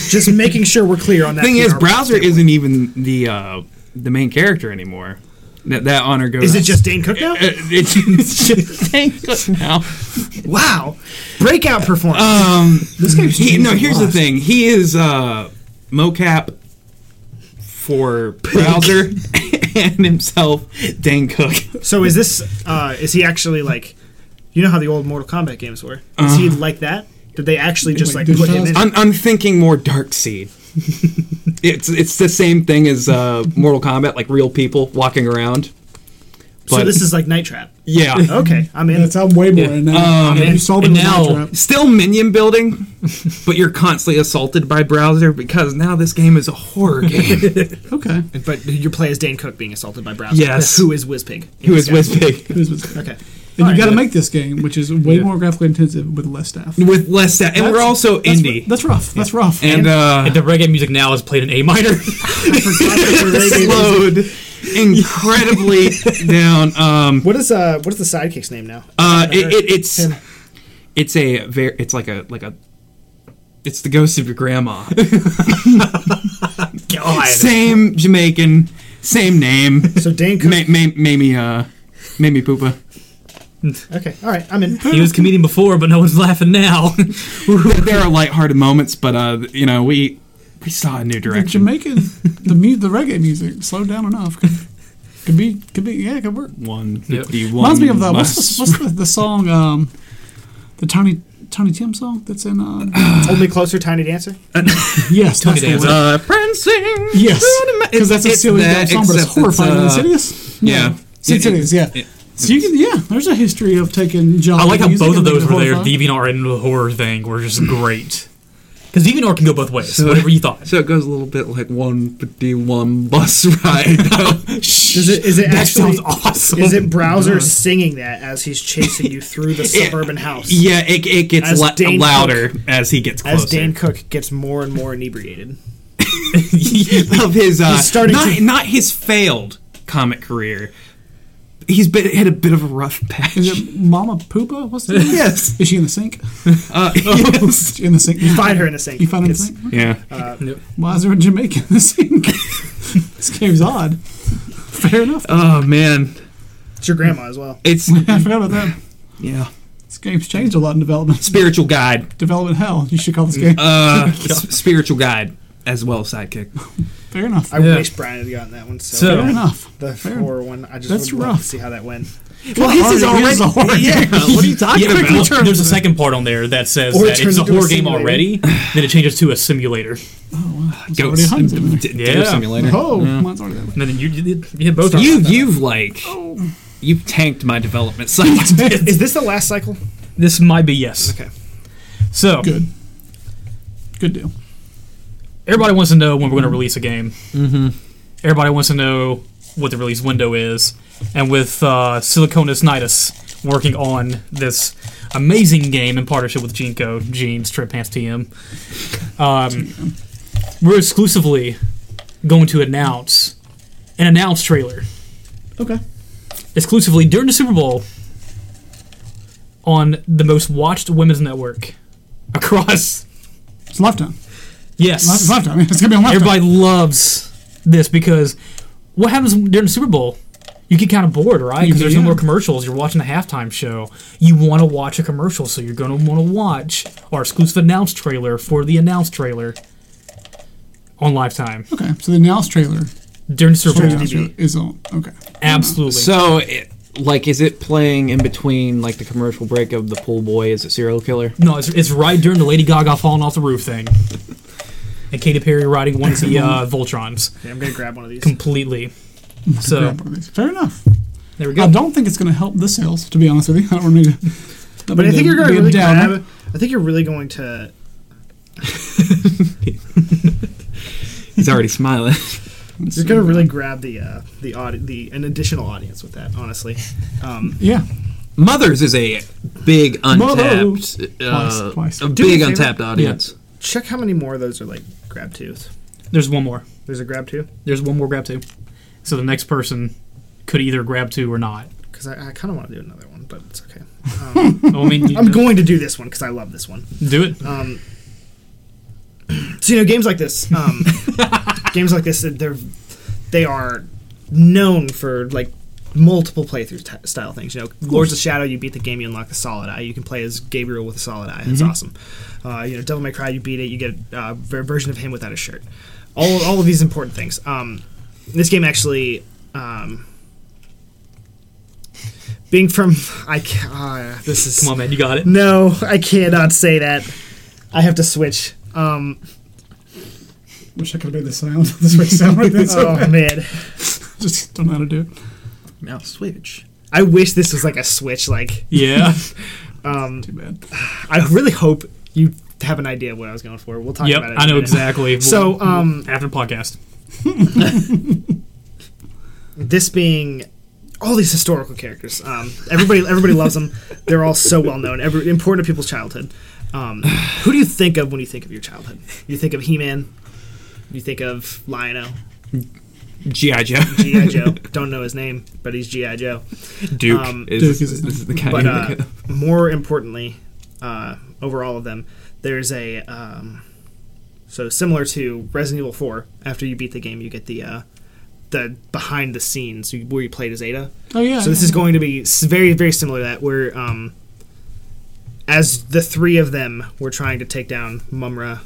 just making sure we're clear on that. thing in is, our- browser isn't even the uh, the main character anymore. That that honor goes. Is it just Dane Cook now? Uh, it's, it's just Dane Cook now. Um, wow, breakout performance. This game's He, changed no, a here's the lot. thing. He is uh, mocap for browser and himself, Dan Cook. So is this? Uh, is he actually like? You know how the old Mortal Kombat games were. Is he Uh-huh. like that? Did they actually just Wait, like put him digitized? in? I'm, I'm thinking more Dark Seed. it's it's the same thing as uh, Mortal Kombat, like real people walking around. But so this is Oh. like Night Trap. yeah. Okay, I'm in. That's I'm way more in now. Um, you solved it and with now- Night Trap. Still minion building, but you're constantly assaulted by Browser because now this game is a horror game. Okay. but you play as Dane Cook being assaulted by Browser. Yes. Who is Wizpig? Who is Wizpig? This was- Okay. And Alright, you got to yeah. make this game, which is way more graphically intensive with less staff. With less staff. And we're That's- also that's- indie. That's rough. That's rough. and uh, The reggae music now is played in A minor. slowed incredibly down. Um, What is uh what is the sidekick's name now? uh, it, it, it's it's a very it's like a like a it's the ghost of your grandma. God. same Jamaican, same name. So Dane Cook. Ma- ma- Mamie uh, Mamie Poopa. Okay. All right. I'm in. he was comedian before, but no one's laughing now. there are lighthearted moments, but uh, you know we we saw a new the direction. Jamaican, the mu- the reggae music slowed down enough. Could, could be, could be, yeah, it could work. One fifty one. Reminds me of the what's the, what's the, the song, um, the Tiny Tiny Tim song that's in. Um, Hold me closer, tiny dancer. yes, Tony that's the Danza. one. uh, prancing. Yes, It's- because that's a it's silly that, dumb song, but it's except it's, horrifying and uh, insidious. yeah. See, It- it's it- insidious, yeah. so you can, yeah, there's a history of taking John. I like how both of those were there. DeviantArt and the horror thing were just great. Because DeviantArt can go both ways. whatever you thought. So it goes a little bit like one fifty one bus ride. Is it is it that actually sounds awesome. is it Browser singing that as he's chasing you through the suburban house? yeah, it, it gets As la- Dane louder as he gets closer. As Dane Cook gets more and more inebriated. of his uh, He's starting not, to- not his failed comic career. He's been had a bit of a rough patch. Is it Mama Poopa? What's the name? Yes. Is she in the sink? Uh, yes. She In the sink. You Find her in the sink. You find her in the It's- sink. Yeah. Why is there a Jamaican in the sink? this game's odd. Fair enough. Oh man, It's your grandma as well. it's I forgot about that. yeah. This game's changed a lot in development. Spiritual guide. Development hell. You should call this game. Uh, s- spiritual guide as well as sidekick. Fair enough. I Yeah. wish Brian had gotten that one. So, So- Fair enough. the Fair. horror one, I just That's would love rough. to see how that went. Well, his is already- Yeah. What are you talking Yeah, about? well, there's a second part on there that says Or it that it's turns a into a horror game simulator. already, then it changes to a simulator. It's already a hundred in there. D- Yeah. Dare simulator. Oh, mine's already there. And then you, you, did- you hit both. You you've like you've tanked my development cycle. Is this the last cycle? This might be yes. Okay. So Good. Good deal. everybody wants to know when we're going to release a game. Mm-hmm. Everybody wants to know what the release window is. And with uh, Siliconus Nidus working on this amazing game in partnership with Jinko, Jeans, Trip Pants TM, um, we're exclusively going to announce an announce trailer Okay. exclusively during the Super Bowl on the most watched women's network across. It's lifetime. It's Yes. lifetime. It's gonna be on lifetime. Everybody loves this because what happens during the Super Bowl? You get kind of bored, right? Because there's no Yeah. more commercials. You're watching a halftime show. You want to watch a commercial, so you're going to want to watch our exclusive announce trailer for the announce trailer on Lifetime Okay. So the announce trailer during the Super Bowl. announce trailer is on. Okay. Absolutely. so. It, like, is it playing in between like the commercial break of the pool boy is a serial killer? No, it's, it's right during the Lady Gaga falling off the roof thing. And Katy Perry riding one of the uh, Voltrons Yeah, I'm gonna grab one of these. completely. So, Grab one of these. Fair enough. there we I go. Uh, don't think it's going to help the sales, to be honest with you. I don't want to. but I think you're gonna really grab. I think you're really going to. He's already smiling. You're gonna really grab the uh, the audi- the an additional audience with that. Honestly, um, Yeah. Mothers is a big Mothers. untapped, Twice, uh, twice. a Do me a big favor. untapped audience. check how many more of those are like grab twos. There's one more. There's a grab two There's one more grab two. So the next person could either grab two or not. because I, I kind of want to do another one, but it's okay. Well, Oh, I mean, you I'm just going to do this one because I love this one. do it. Um, so you know, games like this, um, games like this, they're they are known for like multiple playthrough t- style things. You know, Lords of Shadow, you beat the game, you unlock the Solid Eye. You can play as Gabriel with a Solid Eye. Mm-hmm. It's awesome. Uh, you know, Devil May Cry, you beat it, you get uh, a ver- version of him without a shirt. All all of these important things. Um, this game actually Um, being from I ca uh, this is Come on, man, you got it. no, I cannot say that. I have to switch. Um, Wish I could have made the sound. this way sound right there. So oh man, just don't know how to do it. Now switch. I wish this was like a switch. Like Yeah. Too bad. I really hope you have an idea of what I was going for. We'll talk yep. about it. in I a know minute. exactly. So, um, after the podcast, this being all these historical characters. Um, everybody, everybody loves them. They're all so well known. Every important to people's childhood. Um, who do you think of when you think of your childhood? You think of He-Man. You think of Lion-O, GI Joe. GI Joe. Don't know his name, but he's GI Joe. Duke Um, is, Duke is- is, is the guy. But you uh, look at. more importantly, uh, over all of them, there's a um, so similar to Resident Evil 4. After you beat the game, you get the uh, the behind the scenes where you played as Ada. Oh yeah. So this is going to be s- very, very similar to that, where um, as the three of them were trying to take down Mumra,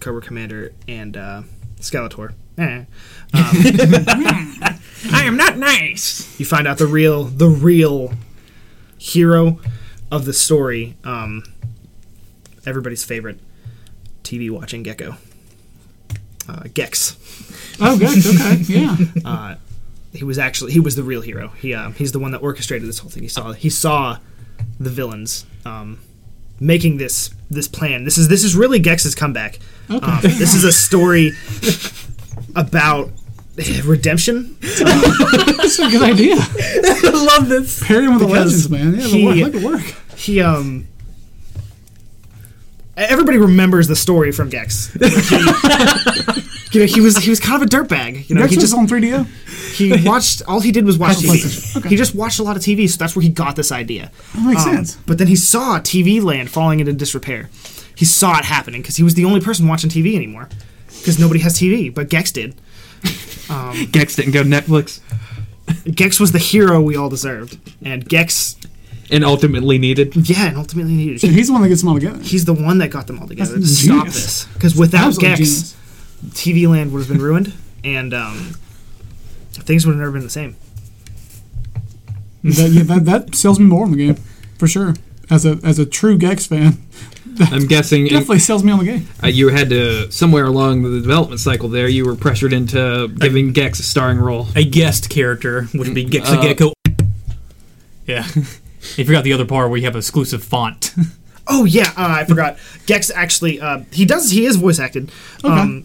Cobra Commander, and uh, Skeletor. Eh. I am not nice. You find out the real, the real hero of the story. Um, everybody's favorite TV watching gecko, uh, Gex. Oh good. Okay. Yeah. uh, he was actually he was the real hero. He uh, he's the one that orchestrated this whole thing. He saw he saw the villains um, making this this plan. This is this is really Gex's comeback. Okay. Um, this is a story about eh, redemption. That's a good idea. I love this. Pair him with Because the legends, man. Yeah, he- the work, I like the work. He um. Everybody remembers the story from Gex. Like, he, you know, he was he was kind of a dirtbag. You know, Next he just on 3DO. he watched all he did was watch Apple TV. PlayStation. Okay. He just watched a lot of TV, so that's where he got this idea. That makes sense. Um, But then he saw TV land falling into disrepair. He saw it happening because he was the only person watching TV anymore. Because nobody has TV, but Gex did. Gex didn't go to Netflix Gex was the hero we all deserved, and Gex, and ultimately needed. yeah, and ultimately needed. He's the one that gets them all together. He's the one that got them all together to That's stop genius. this. Because without Absolutely Gex, genius. TV land would have been ruined, and um, things would have never been the same. that, yeah, that, that sells me more on the game, for sure. As a as a true Gex fan, I'm guessing in- definitely sells me on the game. uh, you had to somewhere along the development cycle there. You were pressured into giving Gex a starring role. a guest character, which would be Gex the Uh, Gecko. Yeah. You forgot the other part where you have exclusive font. Oh yeah, uh, I forgot. Gex actually, uh, he does. He is voice acted. Um,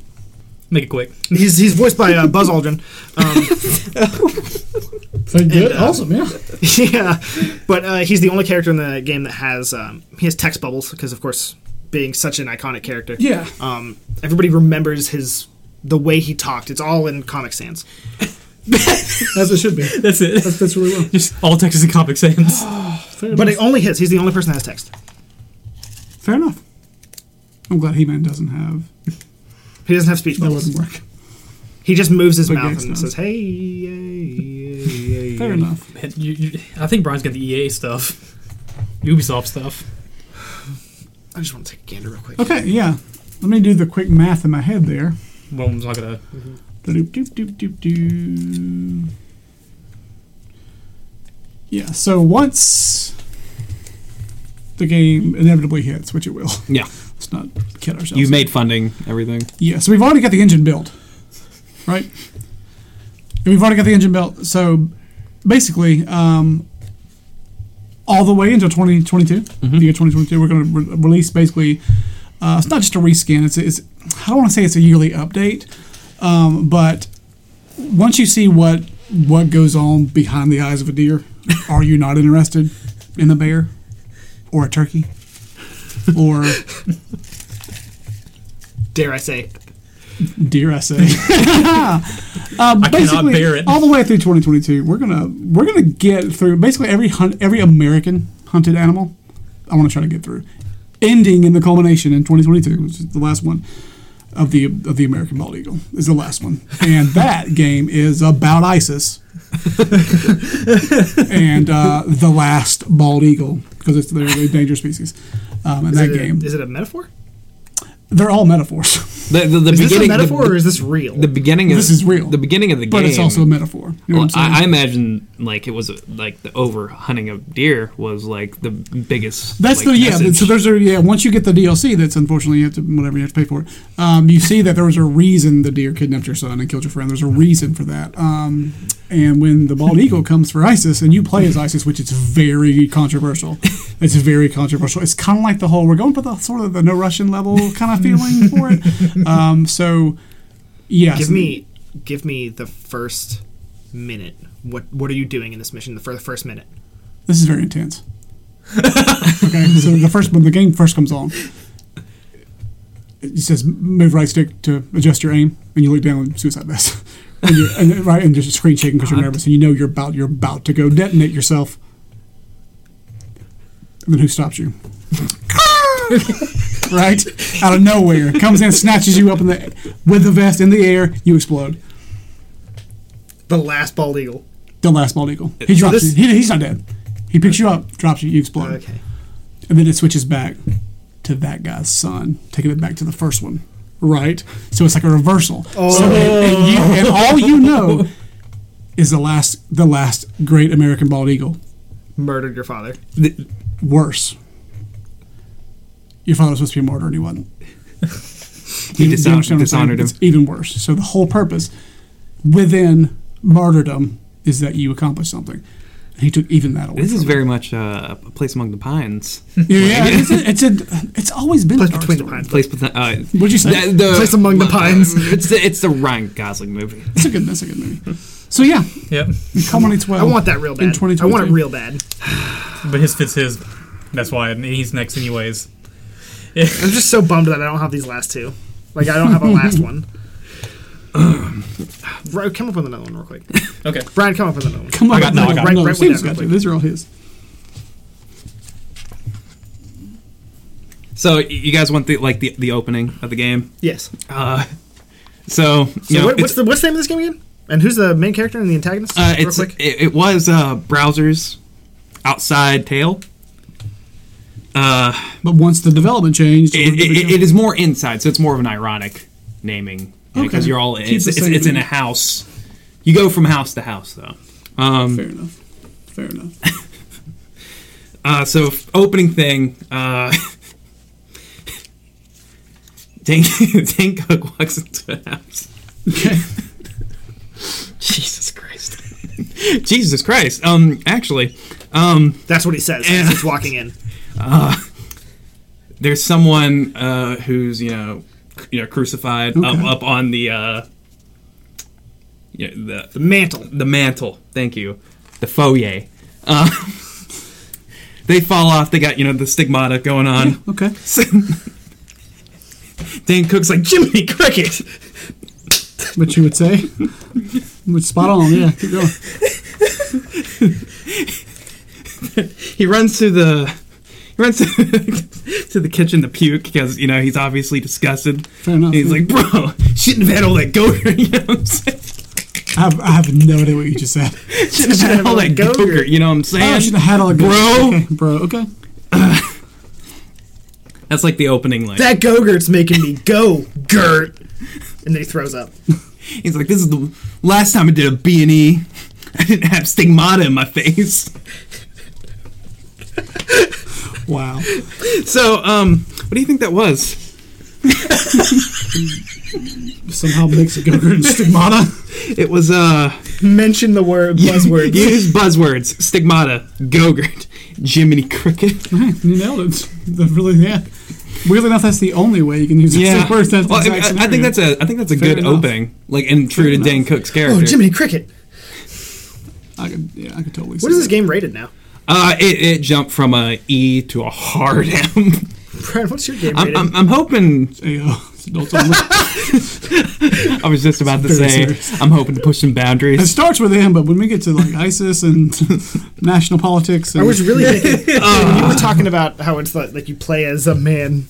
Make it quick. he's he's voiced by uh, Buzz Aldrin. So good, uh, awesome, yeah. yeah, but uh, he's the only character in the game that has um, he has text bubbles because, of course, being such an iconic character. Yeah. Um, everybody remembers his the way he talked. It's all in Comic Sans. As it should be. That's it. That fits really well. Just all Texas and Comic Sans. Fair But it enough. only his. He's the only person that has text. Fair enough. I'm glad He Man doesn't have. He doesn't have speech That bubbles. wouldn't work. He just moves his But mouth Gex and does. says, "Hey." hey, hey, Fair hey." enough. Man, you- you- I think Brian's got the EA stuff, Ubisoft stuff. I just want to take a gander real quick. Okay, yeah. Let me do the quick math in my head there. Well, I'm not gonna. Doop, doop, doop, doop, doop. Yeah, so once the game inevitably hits, which it will, Yeah, let's not kid ourselves. you made funding everything. Yeah, so we've already got the engine built, right? And we've already got the engine built. So basically, um, all the way until 2022, the year 2022, we're going to re- release basically. Uh, it's not just a reskin. It's, it's I don't want to say it's a yearly update, um, but once you see what what goes on behind the eyes of a deer, are you not interested in a bear or a turkey or Dare I say? deer I say. uh, cannot basically, bear it. All the way through 2022, we're gonna we're gonna get through basically every hunt, every American hunted animal. I want to try to get through, ending in the culmination in 2022, which is the last one of the of the American bald eagle is the last one, and that game is about ISIS and uh, the last bald eagle because it's they're a endangered species. Um, and Is that it a- game is it a metaphor? they're all metaphors. The, the, the Is this a beginning, metaphor the, or is this real? the beginning of This is real. The beginning of the game, but it's also a metaphor. You know Well, what I'm saying? I, I imagine like it was like the over hunting of deer was like the biggest. That's like, the yeah. message. So there's a yeah. Once you get the DLC, that's unfortunately you have to whatever you have to pay for it. Um, you see that there was a reason the deer kidnapped your son and killed your friend. There's a reason for that. Um, and when the bald eagle comes for ISIS and you play as ISIS, which is very controversial. It's very controversial. It's kind of like the whole we're going for the sort of the no Russian level kind of feeling for it. Um, so yeah, give so- me give me the first minute. What what are you doing in this mission? The, for the first minute. This is very intense. okay, so the first when the game first comes on, it says move right stick to adjust your aim, and you look down and suicide vest, and you're and, right, and there's a screen shaking because you're nervous, and you know you're about you're about to go detonate yourself. And then who stops you? right out of nowhere comes in, snatches you up in the with the vest in the air, you explode. The last bald eagle. The last bald eagle. He drops this- you. He, he's not dead. He picks you up, drops you, you explode. Oh, Okay. And then it switches back to that guy's son, taking it back to the first one, right? So it's like a reversal. Oh. So, and, and you, and all you know is the last, the last great American bald eagle. Murdered your father. Worse, your father was supposed to be a martyr, and he wasn't. he You- you dishon- understand what I'm saying? dishonored him. It's even worse. So the whole purpose within martyrdom is that you accomplish something. And he took even that away. This is from him. very much uh, a place among the pines. yeah. yeah, it's, a, it's a, it's always been Place a dark between the story. pines. place with the, uh, What'd you say? The, the- Place among the pines. It's the, it's the Ryan Gosling movie. It's a good, that's a good movie. So yeah, Yep. come on, it's well. I want that real In bad. I want it 2022. real bad. But his fits his. That's why he's next, anyways. I'm just so bummed that I don't have these last two. Like I don't have a last one. Right, come up with another one real quick. Okay. Brian, come up with another one. Come on, I got- no, I got- no, right- right Steve's with that. got to. These are all his. So y- you guys want the like the, the opening of the game? Yes. Uh, so you So know, what, it's, what's the what's the name of this game again? And who's the main character and the antagonist? uh, real it's quick. it, it was uh, browsers outside tale. But once the development changed, It, it, it is more inside, so it's more of an ironic naming because Okay. you're all Keep it's, the it's, same it's in a thing. house. You go from house to house though. Um, fair enough. Fair enough. Uh, so f- opening thing. Uh, Dane, Dane Cook walks into an house. Okay. Jesus Christ. Jesus Christ. Um, actually, um, That's what he says as he's walking in. there's someone uh, who's you know, c- you know, crucified up, up on the uh, you know, the The mantle. the mantle. Thank you, the foyer. Uh, they fall off. They got you know the stigmata going on. Okay. Dane Cook's like Jiminy Cricket. What you would say? Which spot on? Yeah. Keep going. he runs to the he runs to, to the kitchen to puke because you know he's obviously disgusted. Fair enough, He's yeah. like, bro, shouldn't have had all that goater. You know what I'm saying? I have, I have no idea what you just said. Shouldn't have had all that goater. You know what I'm Oh, I saying? should have had all the Bro. Okay, bro. Okay. That's like the opening line. That Gogurt's making me go Gert. And then he throws up. he's like, this is the last time I did a B and E. I didn't have stigmata in my face. Wow. So, um, what do you think that was? Somehow makes it go and stigmata. It was uh. Mention the word buzzword. Use buzzwords. Stigmata. Gogurt. Jiminy Cricket. You nailed it. That really, yeah. Weirdly enough, that's the only way you can use Yeah. it. Worst, that's the Well, I, exact I- I think scenario. that's a I think that's a Fair good enough. opening. Like and true to enough. Dan Cook's character. oh, Jiminy Cricket. I could, yeah, I could totally. What is this game rated now? Uh, it, it jumped from a E to a hard M. Brian, what's your game I'm, rated? I'm, I'm hoping. Hey, oh, it's adults only. I was just about to Very say. serious. I'm hoping to push some boundaries. It starts with him, but when we get to like ISIS and national politics, and I was really thinking Ah. when you were talking about how it's like, like you play as a man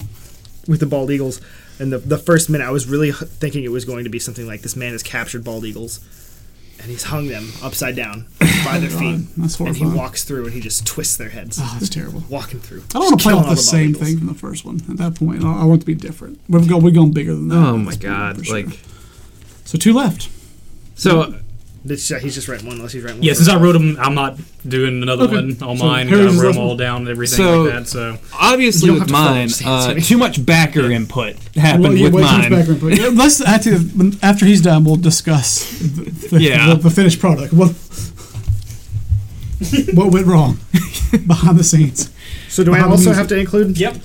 with the bald eagles, and the, the first minute I was really h- thinking it was going to be something like this man has captured bald eagles, and he's hung them upside down by their feet. Oh that's and he horrifying. walks through and he just twists their heads, Oh, that's terrible. walking through. I don't want to play off with the same thing from the first one. At that point, I, I want it to be different. We've gone, we've gone bigger than that. Oh my That's bigger for god! sure. Like so, two left. so, This, uh, he's just writing one unless he's writing one. Yeah, for since I wrote them, I'm not doing another Okay. one on So mine. Harry's Got to is wrote left them all one. down and everything So- like that. So Obviously, You don't with have to mine, focus, uh, sorry. too much backer input happened Well, yeah, with way too much mine. background, but- yeah, Let's add to when- after he's done, we'll discuss the, the, Yeah. the, the finished product. What what went wrong behind the scenes? it. So do I Behind the also music. have to include? yep,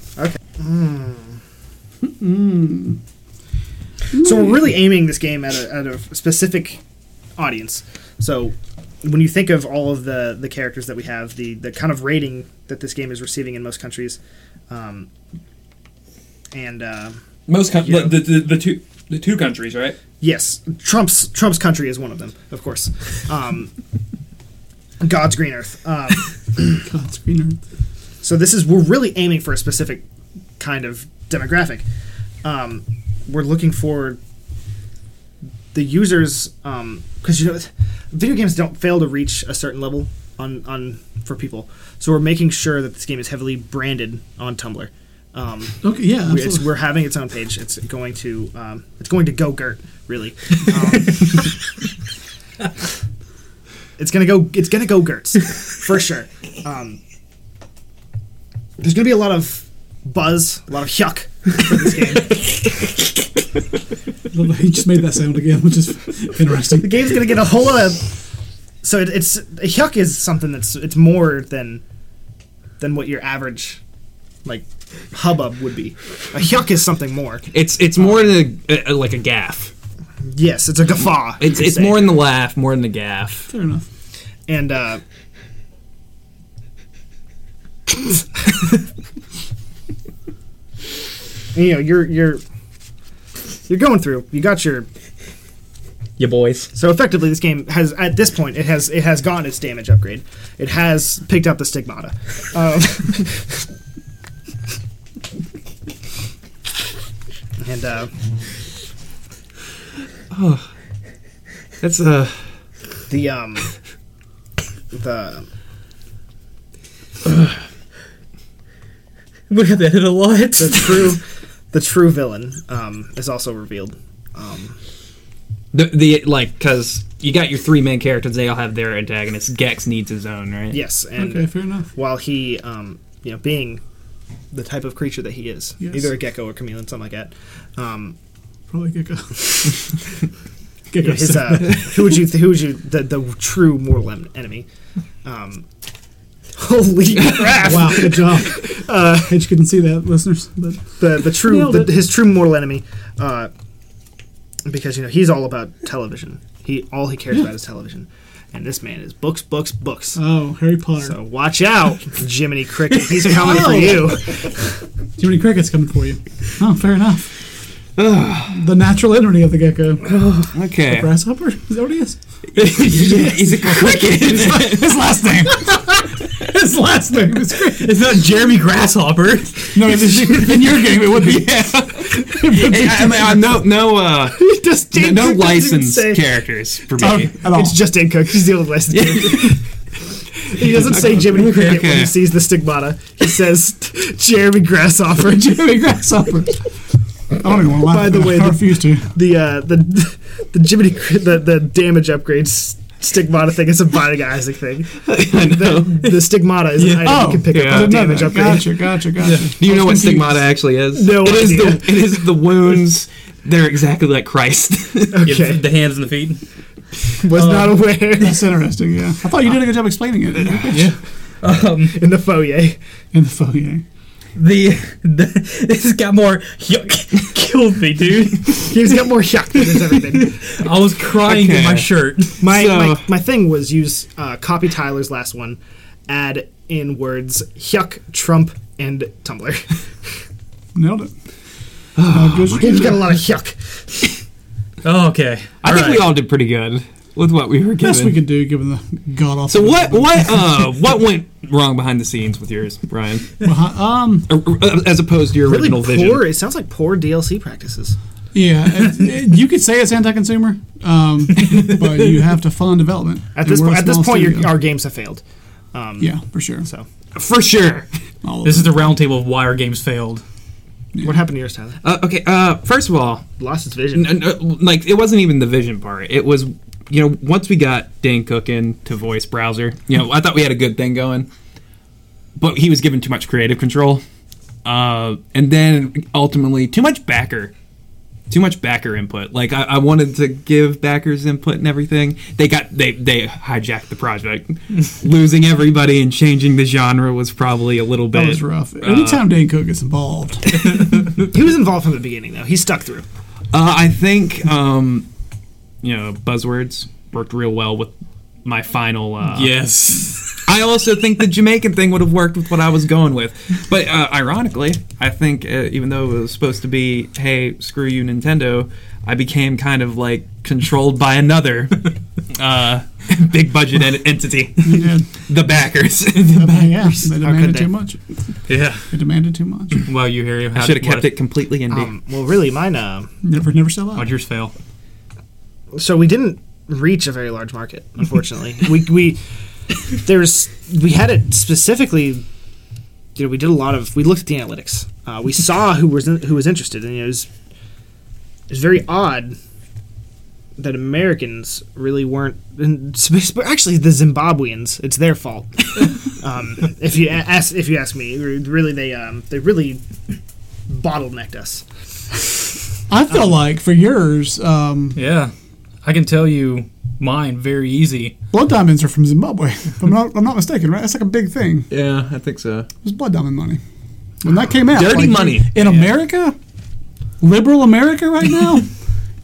So we're really aiming this game at a, at a specific audience. So when you think of all of the, the characters that we have, the, the kind of rating that this game is receiving in most countries, um, and uh, most com- Yeah. the, the the two the two countries, right? yes, Trump's Trump's country is one of them, of course. Um, God's green earth. Um, God, screener. So this is we're really aiming for a specific kind of demographic. Um, we're looking for the users because you know video games don't fail to reach a certain level on on for people. So we're making sure that this game is heavily branded on Tumblr. Um, Okay, yeah, we- it's, absolutely. we're having its own page. It's going to um, it's going to go Gert really. Um, it's gonna go. It's gonna go Gertz for sure. Um, there's gonna be a lot of buzz, a lot of yuck for this game. he just made that sound again, which is the interesting. game's gonna get a whole lot of. So it, it's yuck is something that's it's more than than what your average like hubbub would be. A yuck is something more. It's it's more than a, uh, like a gaff. Yes, it's a guffaw. you It's could it's say. more in the laugh, more in the gaff. Fair enough. and uh, you know you're you're you're going through you got your You boys. so effectively this game has at this point it has it has gone its damage upgrade it has picked up the stigmata um, and uh, That's uh. the um the We got that hit a lot. the true the true villain um, is also revealed um, The, the like because you got your three main characters. They all have their antagonists. Gex needs his own, right? yes and Okay, fair enough. while he, um, you know, being the type of creature that he is, Yes. either a gecko or chameleon, something like that. Um, Probably Gecko. Gecko. his, uh, who would you, who would you, the, the true mortal en- enemy? Um, holy crap! wow, good job. Uh, you couldn't see that, listeners. But The the true Nailed the, it. his true mortal enemy, uh, because you know he's all about television. He all he cares about is television, and this man is books, books, books. oh, Harry Potter. so watch out, Jiminy Cricket. He's coming for you. Too many crickets coming for you. Oh, fair enough. the natural enemy of the gecko. Okay. Grasshopper? Is that what he is? He's a cricket. His last name. His last name is Cricket. it's not Jeremy Grasshopper. No, in your game it would be. Hey, I, I mean, I- no, no, uh, Just no, Jane no Cricket didn't licensed say- characters for me. at all. It's just in Cook. He's the only license. he doesn't say Jiminy Cricket when he Okay. sees the stigmata. He says Jeremy Grasshopper. Jimmy Grasshopper. I don't even want to laugh. By the at that. way, I the- refuse to. The uh, the the Jiminy Cri- the the damage upgrades stigmata thing is a Binding of Isaac thing. The, the stigmata is an item you can pick Oh, yeah. up I on didn't damage upgrade. Gotcha, gotcha, gotcha. Do you know what Confused. stigmata actually is? No It is idea. the it is the wounds. They're exactly like Christ. Okay, the hands and the feet. was not aware Oh. That's interesting, yeah. I thought you did a good job explaining it. Yeah. in the foyer. In the foyer. The, the this got more yuck killed me, dude. He's got more shock than there's everything. I was crying in my Okay. shirt. My, So- my my thing was use uh, copy Tyler's last one, add in words yuck, Trump, and Tumblr. Nailed it. Uh, good, He's got a lot of yuck. Oh, okay, I think Alright. we all did pretty good with what we were best given. we could do given the god awful. so what what uh what went wrong behind the scenes with yours, Brian? Um, Or- or, uh, As opposed to your Really original poor. vision. It sounds like poor DLC practices. Yeah, it- it- you could say it's anti-consumer, um, but you have to fund development. At And this we're a point, at this small point, your, studio. our games have failed. Um, yeah, for sure. So For sure. All of This it. is the roundtable of why our games failed. what happened to yours, Tyler? Uh, okay. Uh, first of all, Lost its vision. n- n- like it wasn't even the vision part. It was, you know, once we got Dan Cook in to voice browser, you know, I thought we had a good thing going, but he was given too much creative control, uh, and then ultimately too much backer, too much backer input. Like I, I wanted to give backers input and everything. They got they they hijacked the project, losing everybody and changing the genre was probably a little bit that was uh, rough. Anytime Dan Cook gets involved, He was involved from the beginning, though. He stuck through. Uh, I think um, you know buzzwords worked real well with my final. Uh, Yes. I also think the Jamaican thing would have worked with what I was going with, but uh, ironically, I think uh, even though it was supposed to be "Hey, screw you, Nintendo," I became kind of like controlled by another uh, big budget en- entity, you did. the backers. yeah, they demanded they? too much. yeah, They demanded too much. Well, you hear I how should have kept what- it completely indie. Um, well, really, mine. Uh, Never, never sell out. How'd yours fail? so we didn't reach a very large market, unfortunately. we we there's we had it specifically. You know, we did a lot of we looked at the analytics. Uh, we saw who was in, who was interested, and it was it was very odd that Americans really weren't. And sp- sp- actually, the Zimbabweans, it's their fault. um, if you a- ask, if you ask me, really they um, they really bottlenecked us. I feel like for yours, um, Yeah, I can tell you mine very easy. blood diamonds are from Zimbabwe. If I'm not, I'm not mistaken, right? That's like a big thing. It yeah, I think so. was blood diamond money when that came out. Dirty like, money. in America, liberal America right now.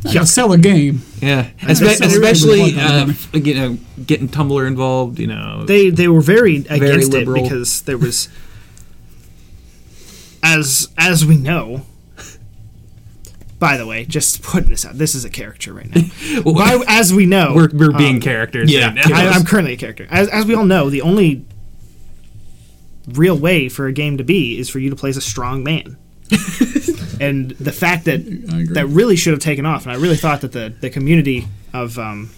you sell a game. Yeah, think so. especially Everybody uh, wanted you know getting Tumblr involved. You know, they they were very against liberal. it because there was as as we know by the way just putting this out this is a character right now Well, by, as we know we're, we're being um, characters. yeah. right now. I, I'm currently a character as, as we all know the only real way for a game to be is for you to play as a strong man and the fact that I agree. that really should have taken off and I really thought that the the community of um,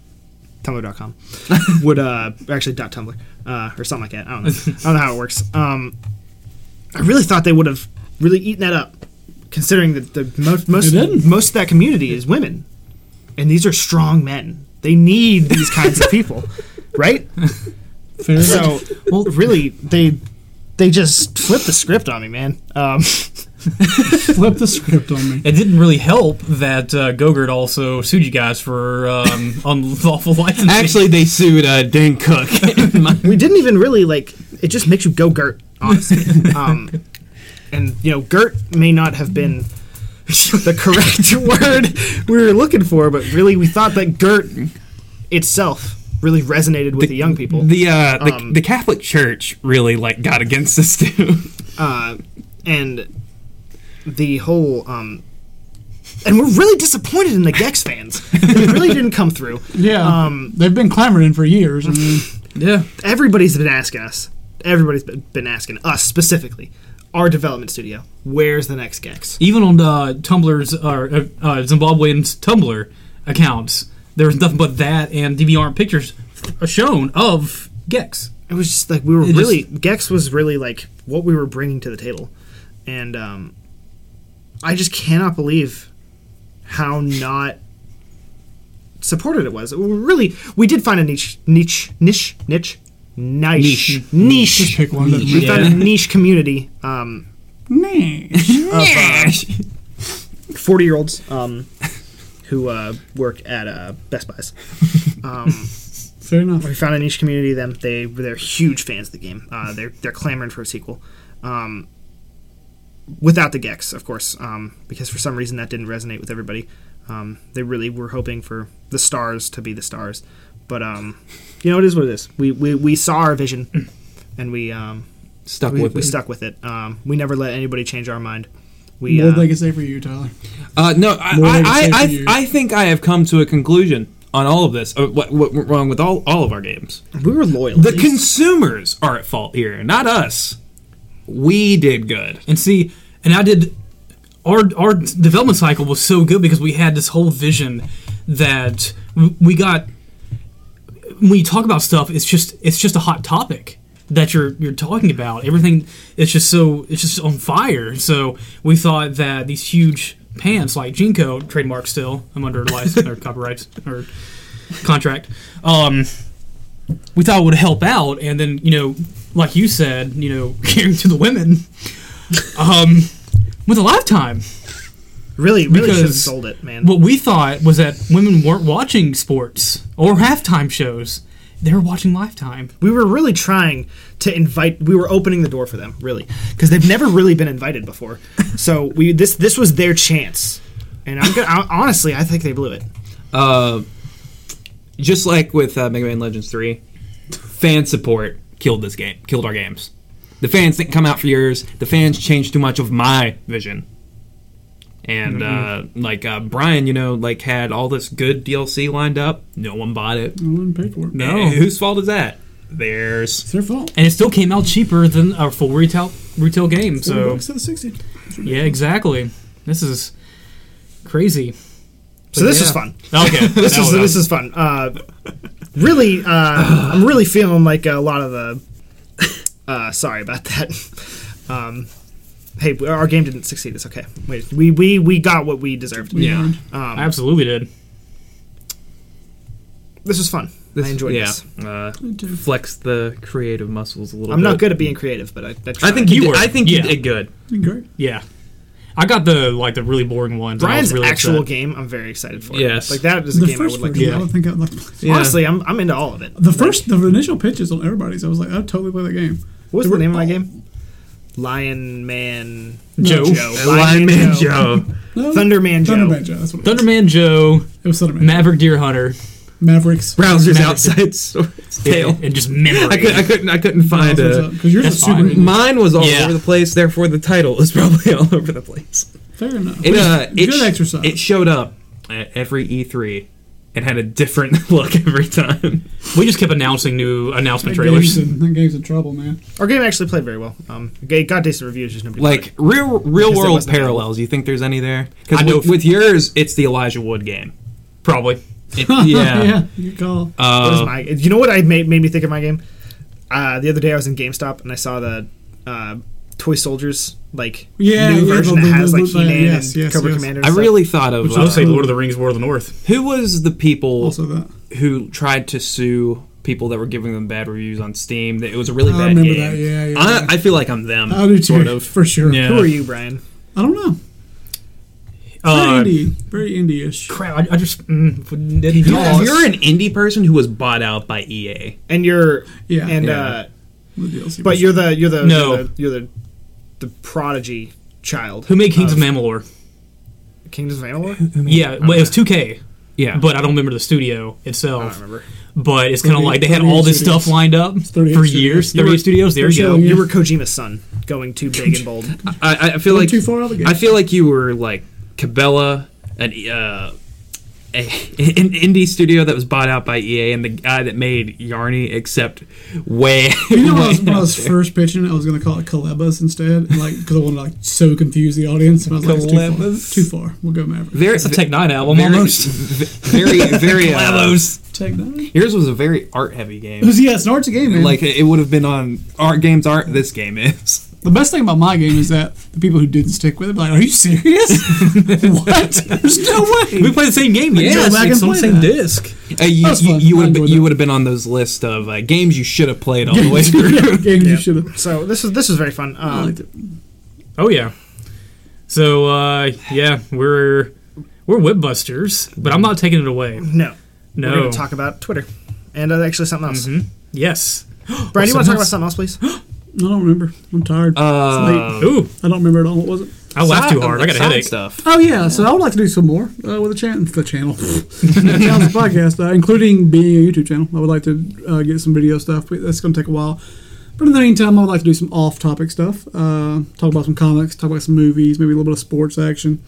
Tumblr.com would uh, actually dot Tumblr uh, or something like that. I don't know. I don't know how it works. Um, I really thought they would have really eaten that up, considering that the most most They didn't. most of that community is women, and these are strong men. They need these kinds of people, right? Fair enough. So, well, really, they they just flipped the script on me, man. Um, Flip the script on me. It didn't really help that uh, Gogurt also sued you guys for um, unlawful licensing. Actually, they sued uh, Dan Cook. we didn't even really like it just makes you go gert honestly um, and you know gert may not have been the correct word we were looking for but really we thought that gert itself really resonated with the, young people the uh, the, Um, the Catholic Church really like got against us too. uh, and the whole um, and we're really disappointed in the gex fans they really didn't come through Yeah, um, they've been clamoring for years. I mean, yeah, everybody's been asking us. Everybody's been been asking us specifically, our development studio. Where's the next Gex? even on uh, Tumblr's or uh, uh, Zimbabwean's Tumblr accounts, there was nothing but that and DVR pictures shown of Gex. It was just like we were It really Gex was really like what we were bringing to the table, and um, I just cannot believe how not supported it was. We Really, we did find a niche, niche, niche, niche, niche, niche. just pick one. doesn't We matter. found a niche community. Um, Nah. forty year olds um, who uh, work at uh, Best Buys. Um, Fair enough. we found a niche community. of Them they they're huge fans of the game. Uh, they're they're clamoring for a sequel. Um, without the Gex, of course, um, because for some reason that didn't resonate with everybody. Um, they really were hoping for the stars to be the stars, but um, you know it is what it is. We we, we saw our vision, and we um, Stuck we, with we it. stuck with it. Um, we never let anybody change our mind. We What uh, did they can say for you, Tyler? Uh, no, I, More I, than I, safe for I, you. I think I have come to a conclusion on all of this. Uh, what, what went wrong with all, all of our games? we were loyal. The consumers are at fault here, not us. We did good. And see, and I did our our development cycle was so good because we had this whole vision that w- we got. When you talk about stuff, it's just it's just a hot topic that you're you're talking about. Everything it's just so it's just on fire. So we thought that these huge pants like Jinko trademark still I'm under license or copyrights or contract. Um, we thought it would help out, and then you know, like you said, you know, caring to the women, um, with a lifetime. Really, really should have Because- sold it, man. What we thought was that women weren't watching sports or halftime shows; they were watching Lifetime. we were really trying to invite we were opening the door for them really because they've never really been invited before so we this this was their chance and i'm gonna I, honestly i think they blew it Uh, just like with uh, Mega Man Legends 3, fan support killed this game, killed our games. The fans didn't come out for yours. The fans changed too much of my vision. And uh, like uh, Brian, you know, like had all this good DLC lined up. No one bought it. No one paid for it. No. whose fault is that? Theirs. It's their fault. And it still came out cheaper than our full retail retail game. So Bucks out of 60. yeah, exactly. This is crazy. so this yeah. was fun Okay, this is this is fun uh really uh i'm really feeling like a lot of the uh sorry about that um hey our game didn't succeed it's okay we we we, we got what we deserved Um, Yeah. I absolutely did. this was fun i enjoyed yeah. this Uh, flex the creative muscles a little i'm bit. not good at being creative but i, I, I tried. think you You did, were. I think Yeah. you did good. Great. Yeah. I got the like the really boring ones. and I was Brian's really actual upset. game, I'm very excited for. Yes. like that is a The game I first would like. version, To I don't think I'd like to play. Yeah. Honestly, I'm, I'm into all of it. The first, the initial pitches on everybody's, I was like, I'd totally play that game. What was They the were name of my all- game? Lion Man Joe. Lion Man Joe. No, Thunderman Joe. Thunderman Joe. That's what it was. Thunderman Joe, It was Thunderman. Maverick Deer Hunter, Mavericks. Browsers outside store's tail. and just memory. I, could, I couldn't. I couldn't find a. Because yours is That's super. fine. indie. Mine was all Yeah. over the place. Therefore, the title is probably all over the place. Fair enough. It, uh, it Good sh- exercise. It showed up at every E3. It had a different look every time. we just kept announcing new announcement that, trailers. game's in, that game's in trouble, man. Our game actually played very well. Um, it got decent reviews, just nobody. played Like real, real Because it world wasn't available. parallels. You think there's any there? Because I know with, with yours, it's the Elijah Wood game. Probably. It- yeah. yeah. Good call. it. What is Uh, my? You know what I made made me think of my game? Uh, the other day I was in GameStop and I saw the uh, Toy Soldiers like Yeah, new yeah, version the- that the- has the- like the- He-Man yes, and yes, Cobra yes. Commander. and I stuff. really thought of I would say uh, Lord of the Rings, War of the North. who was the people Also that. who tried to sue people that were giving them bad reviews on Steam. That it was a really I bad remember game. that, yeah, yeah, I, yeah. I feel like I'm them. I do too. sort of. For sure. Yeah. Who are you, Brian? I don't know. Very Uh, indie. Very indie-ish. crap, I, I just mm, didn't You're, know. you're an indie person who was bought out by E EA. And you're Yeah. and Yeah. uh, the DLC. but you're the you're the No. you're the, you're the, the prodigy child Who made Oh. Kings of Amalur? Kingdoms of Amalur. Yeah, well, it was 2K, Yeah, but I don't remember the studio I don't itself. remember. But it's kind of Thirty- like they had thirty-eight all this studios. stuff lined up for 38 years. studios. Thirty studios. There you Sure, go. yeah. You were Kojima's son, going too big and bold. I, I feel Went like too far out of the gate. I feel like you were like Cabela, an uh, a, an indie studio that was bought out by EA, and the guy that made Yarny, except way. You know, when I, was, when I was first pitching, it, I was going to call it Calebas instead, and, like because I wanted to like so confuse the audience. And I was like, it's Calebas? too far. Too far. We'll go Maverick. very, It's a Tech Nine album very, almost. very, very. Uh, Take that. yours was a very art heavy game. Because yeah, it's an arts game, man. Like it would have been on art games. Art this game is. The best thing about my game is that the people who didn't stick with it, be like, are you serious? what? There's no way. We played the same game. Yeah, back it's and on the play same that. disc. Uh, you That was you, fun. you I would enjoyed you that. would have been on those list of uh, games you should have played all the way through. Games you should have. So this was this was very fun. I Um, liked it. Oh yeah. So uh, yeah, we're we're whip busters, but I'm not taking it away. no, we're No. going to talk about Twitter and uh, actually something else. Mm-hmm. yes. Brian, you Oh, want to talk about something something else, please? I don't remember. I'm tired. Uh, It's late. Ooh, I don't remember at all. What was it? I laughed too hard. I got a side headache. Stuff. Oh yeah, so I would like to do some more uh, with the channel, the channel, the channel's podcast, uh, including being a YouTube channel. I would like to uh, get some video stuff, but that's going to take a while. But in the meantime, I would like to do some off-topic stuff. Uh, talk about some comics, talk about some movies, maybe a little bit of sports action.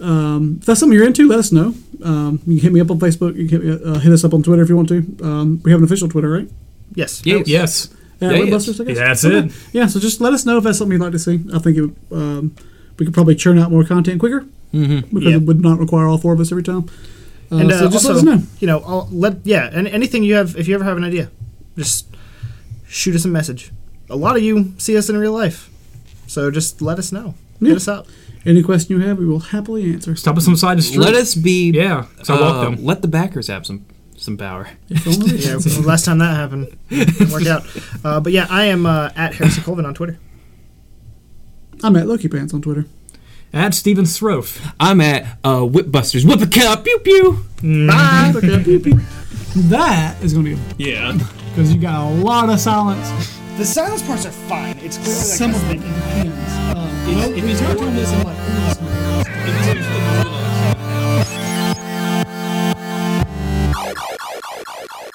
Um, if that's something you're into, let us know. Um, you can hit me up on Facebook. You can hit, me, uh, hit us up on Twitter if you want to. Um, we have an official Twitter, right? Yes. Yes. Yeah, Yeah, Webbusters, I guess. Yeah, that's Okay. it. Yeah, so just let us know if that's something you'd like to see. I think it, um, we could probably churn out more content quicker because Yeah. it would not require all four of us every time. Uh, and uh, so just also, let us know. you know, I'll let yeah, and anything you have, if you ever have an idea, just shoot us a message. A lot of you see us in real life, so just let us know. Yeah. Hit us up. Any question you have, we will happily answer. Stop us on the side of the street. Let us be. Yeah, so uh, Oh. walk them. Let the backers have some some power. Yeah, well, last time that happened, it didn't work out. Uh, but yeah, I am uh, at Harrison Colvin on Twitter. I'm at Loki Pants on Twitter. Add Steven Srofe. I'm at uh, Whipbusters. Whip a cup. Pew pew. Bye. That is going to be yeah because you got a lot of silence. The silence parts are fine. It's clearly Some of it in pins. Um, It's- well, if we it's talked your about this in like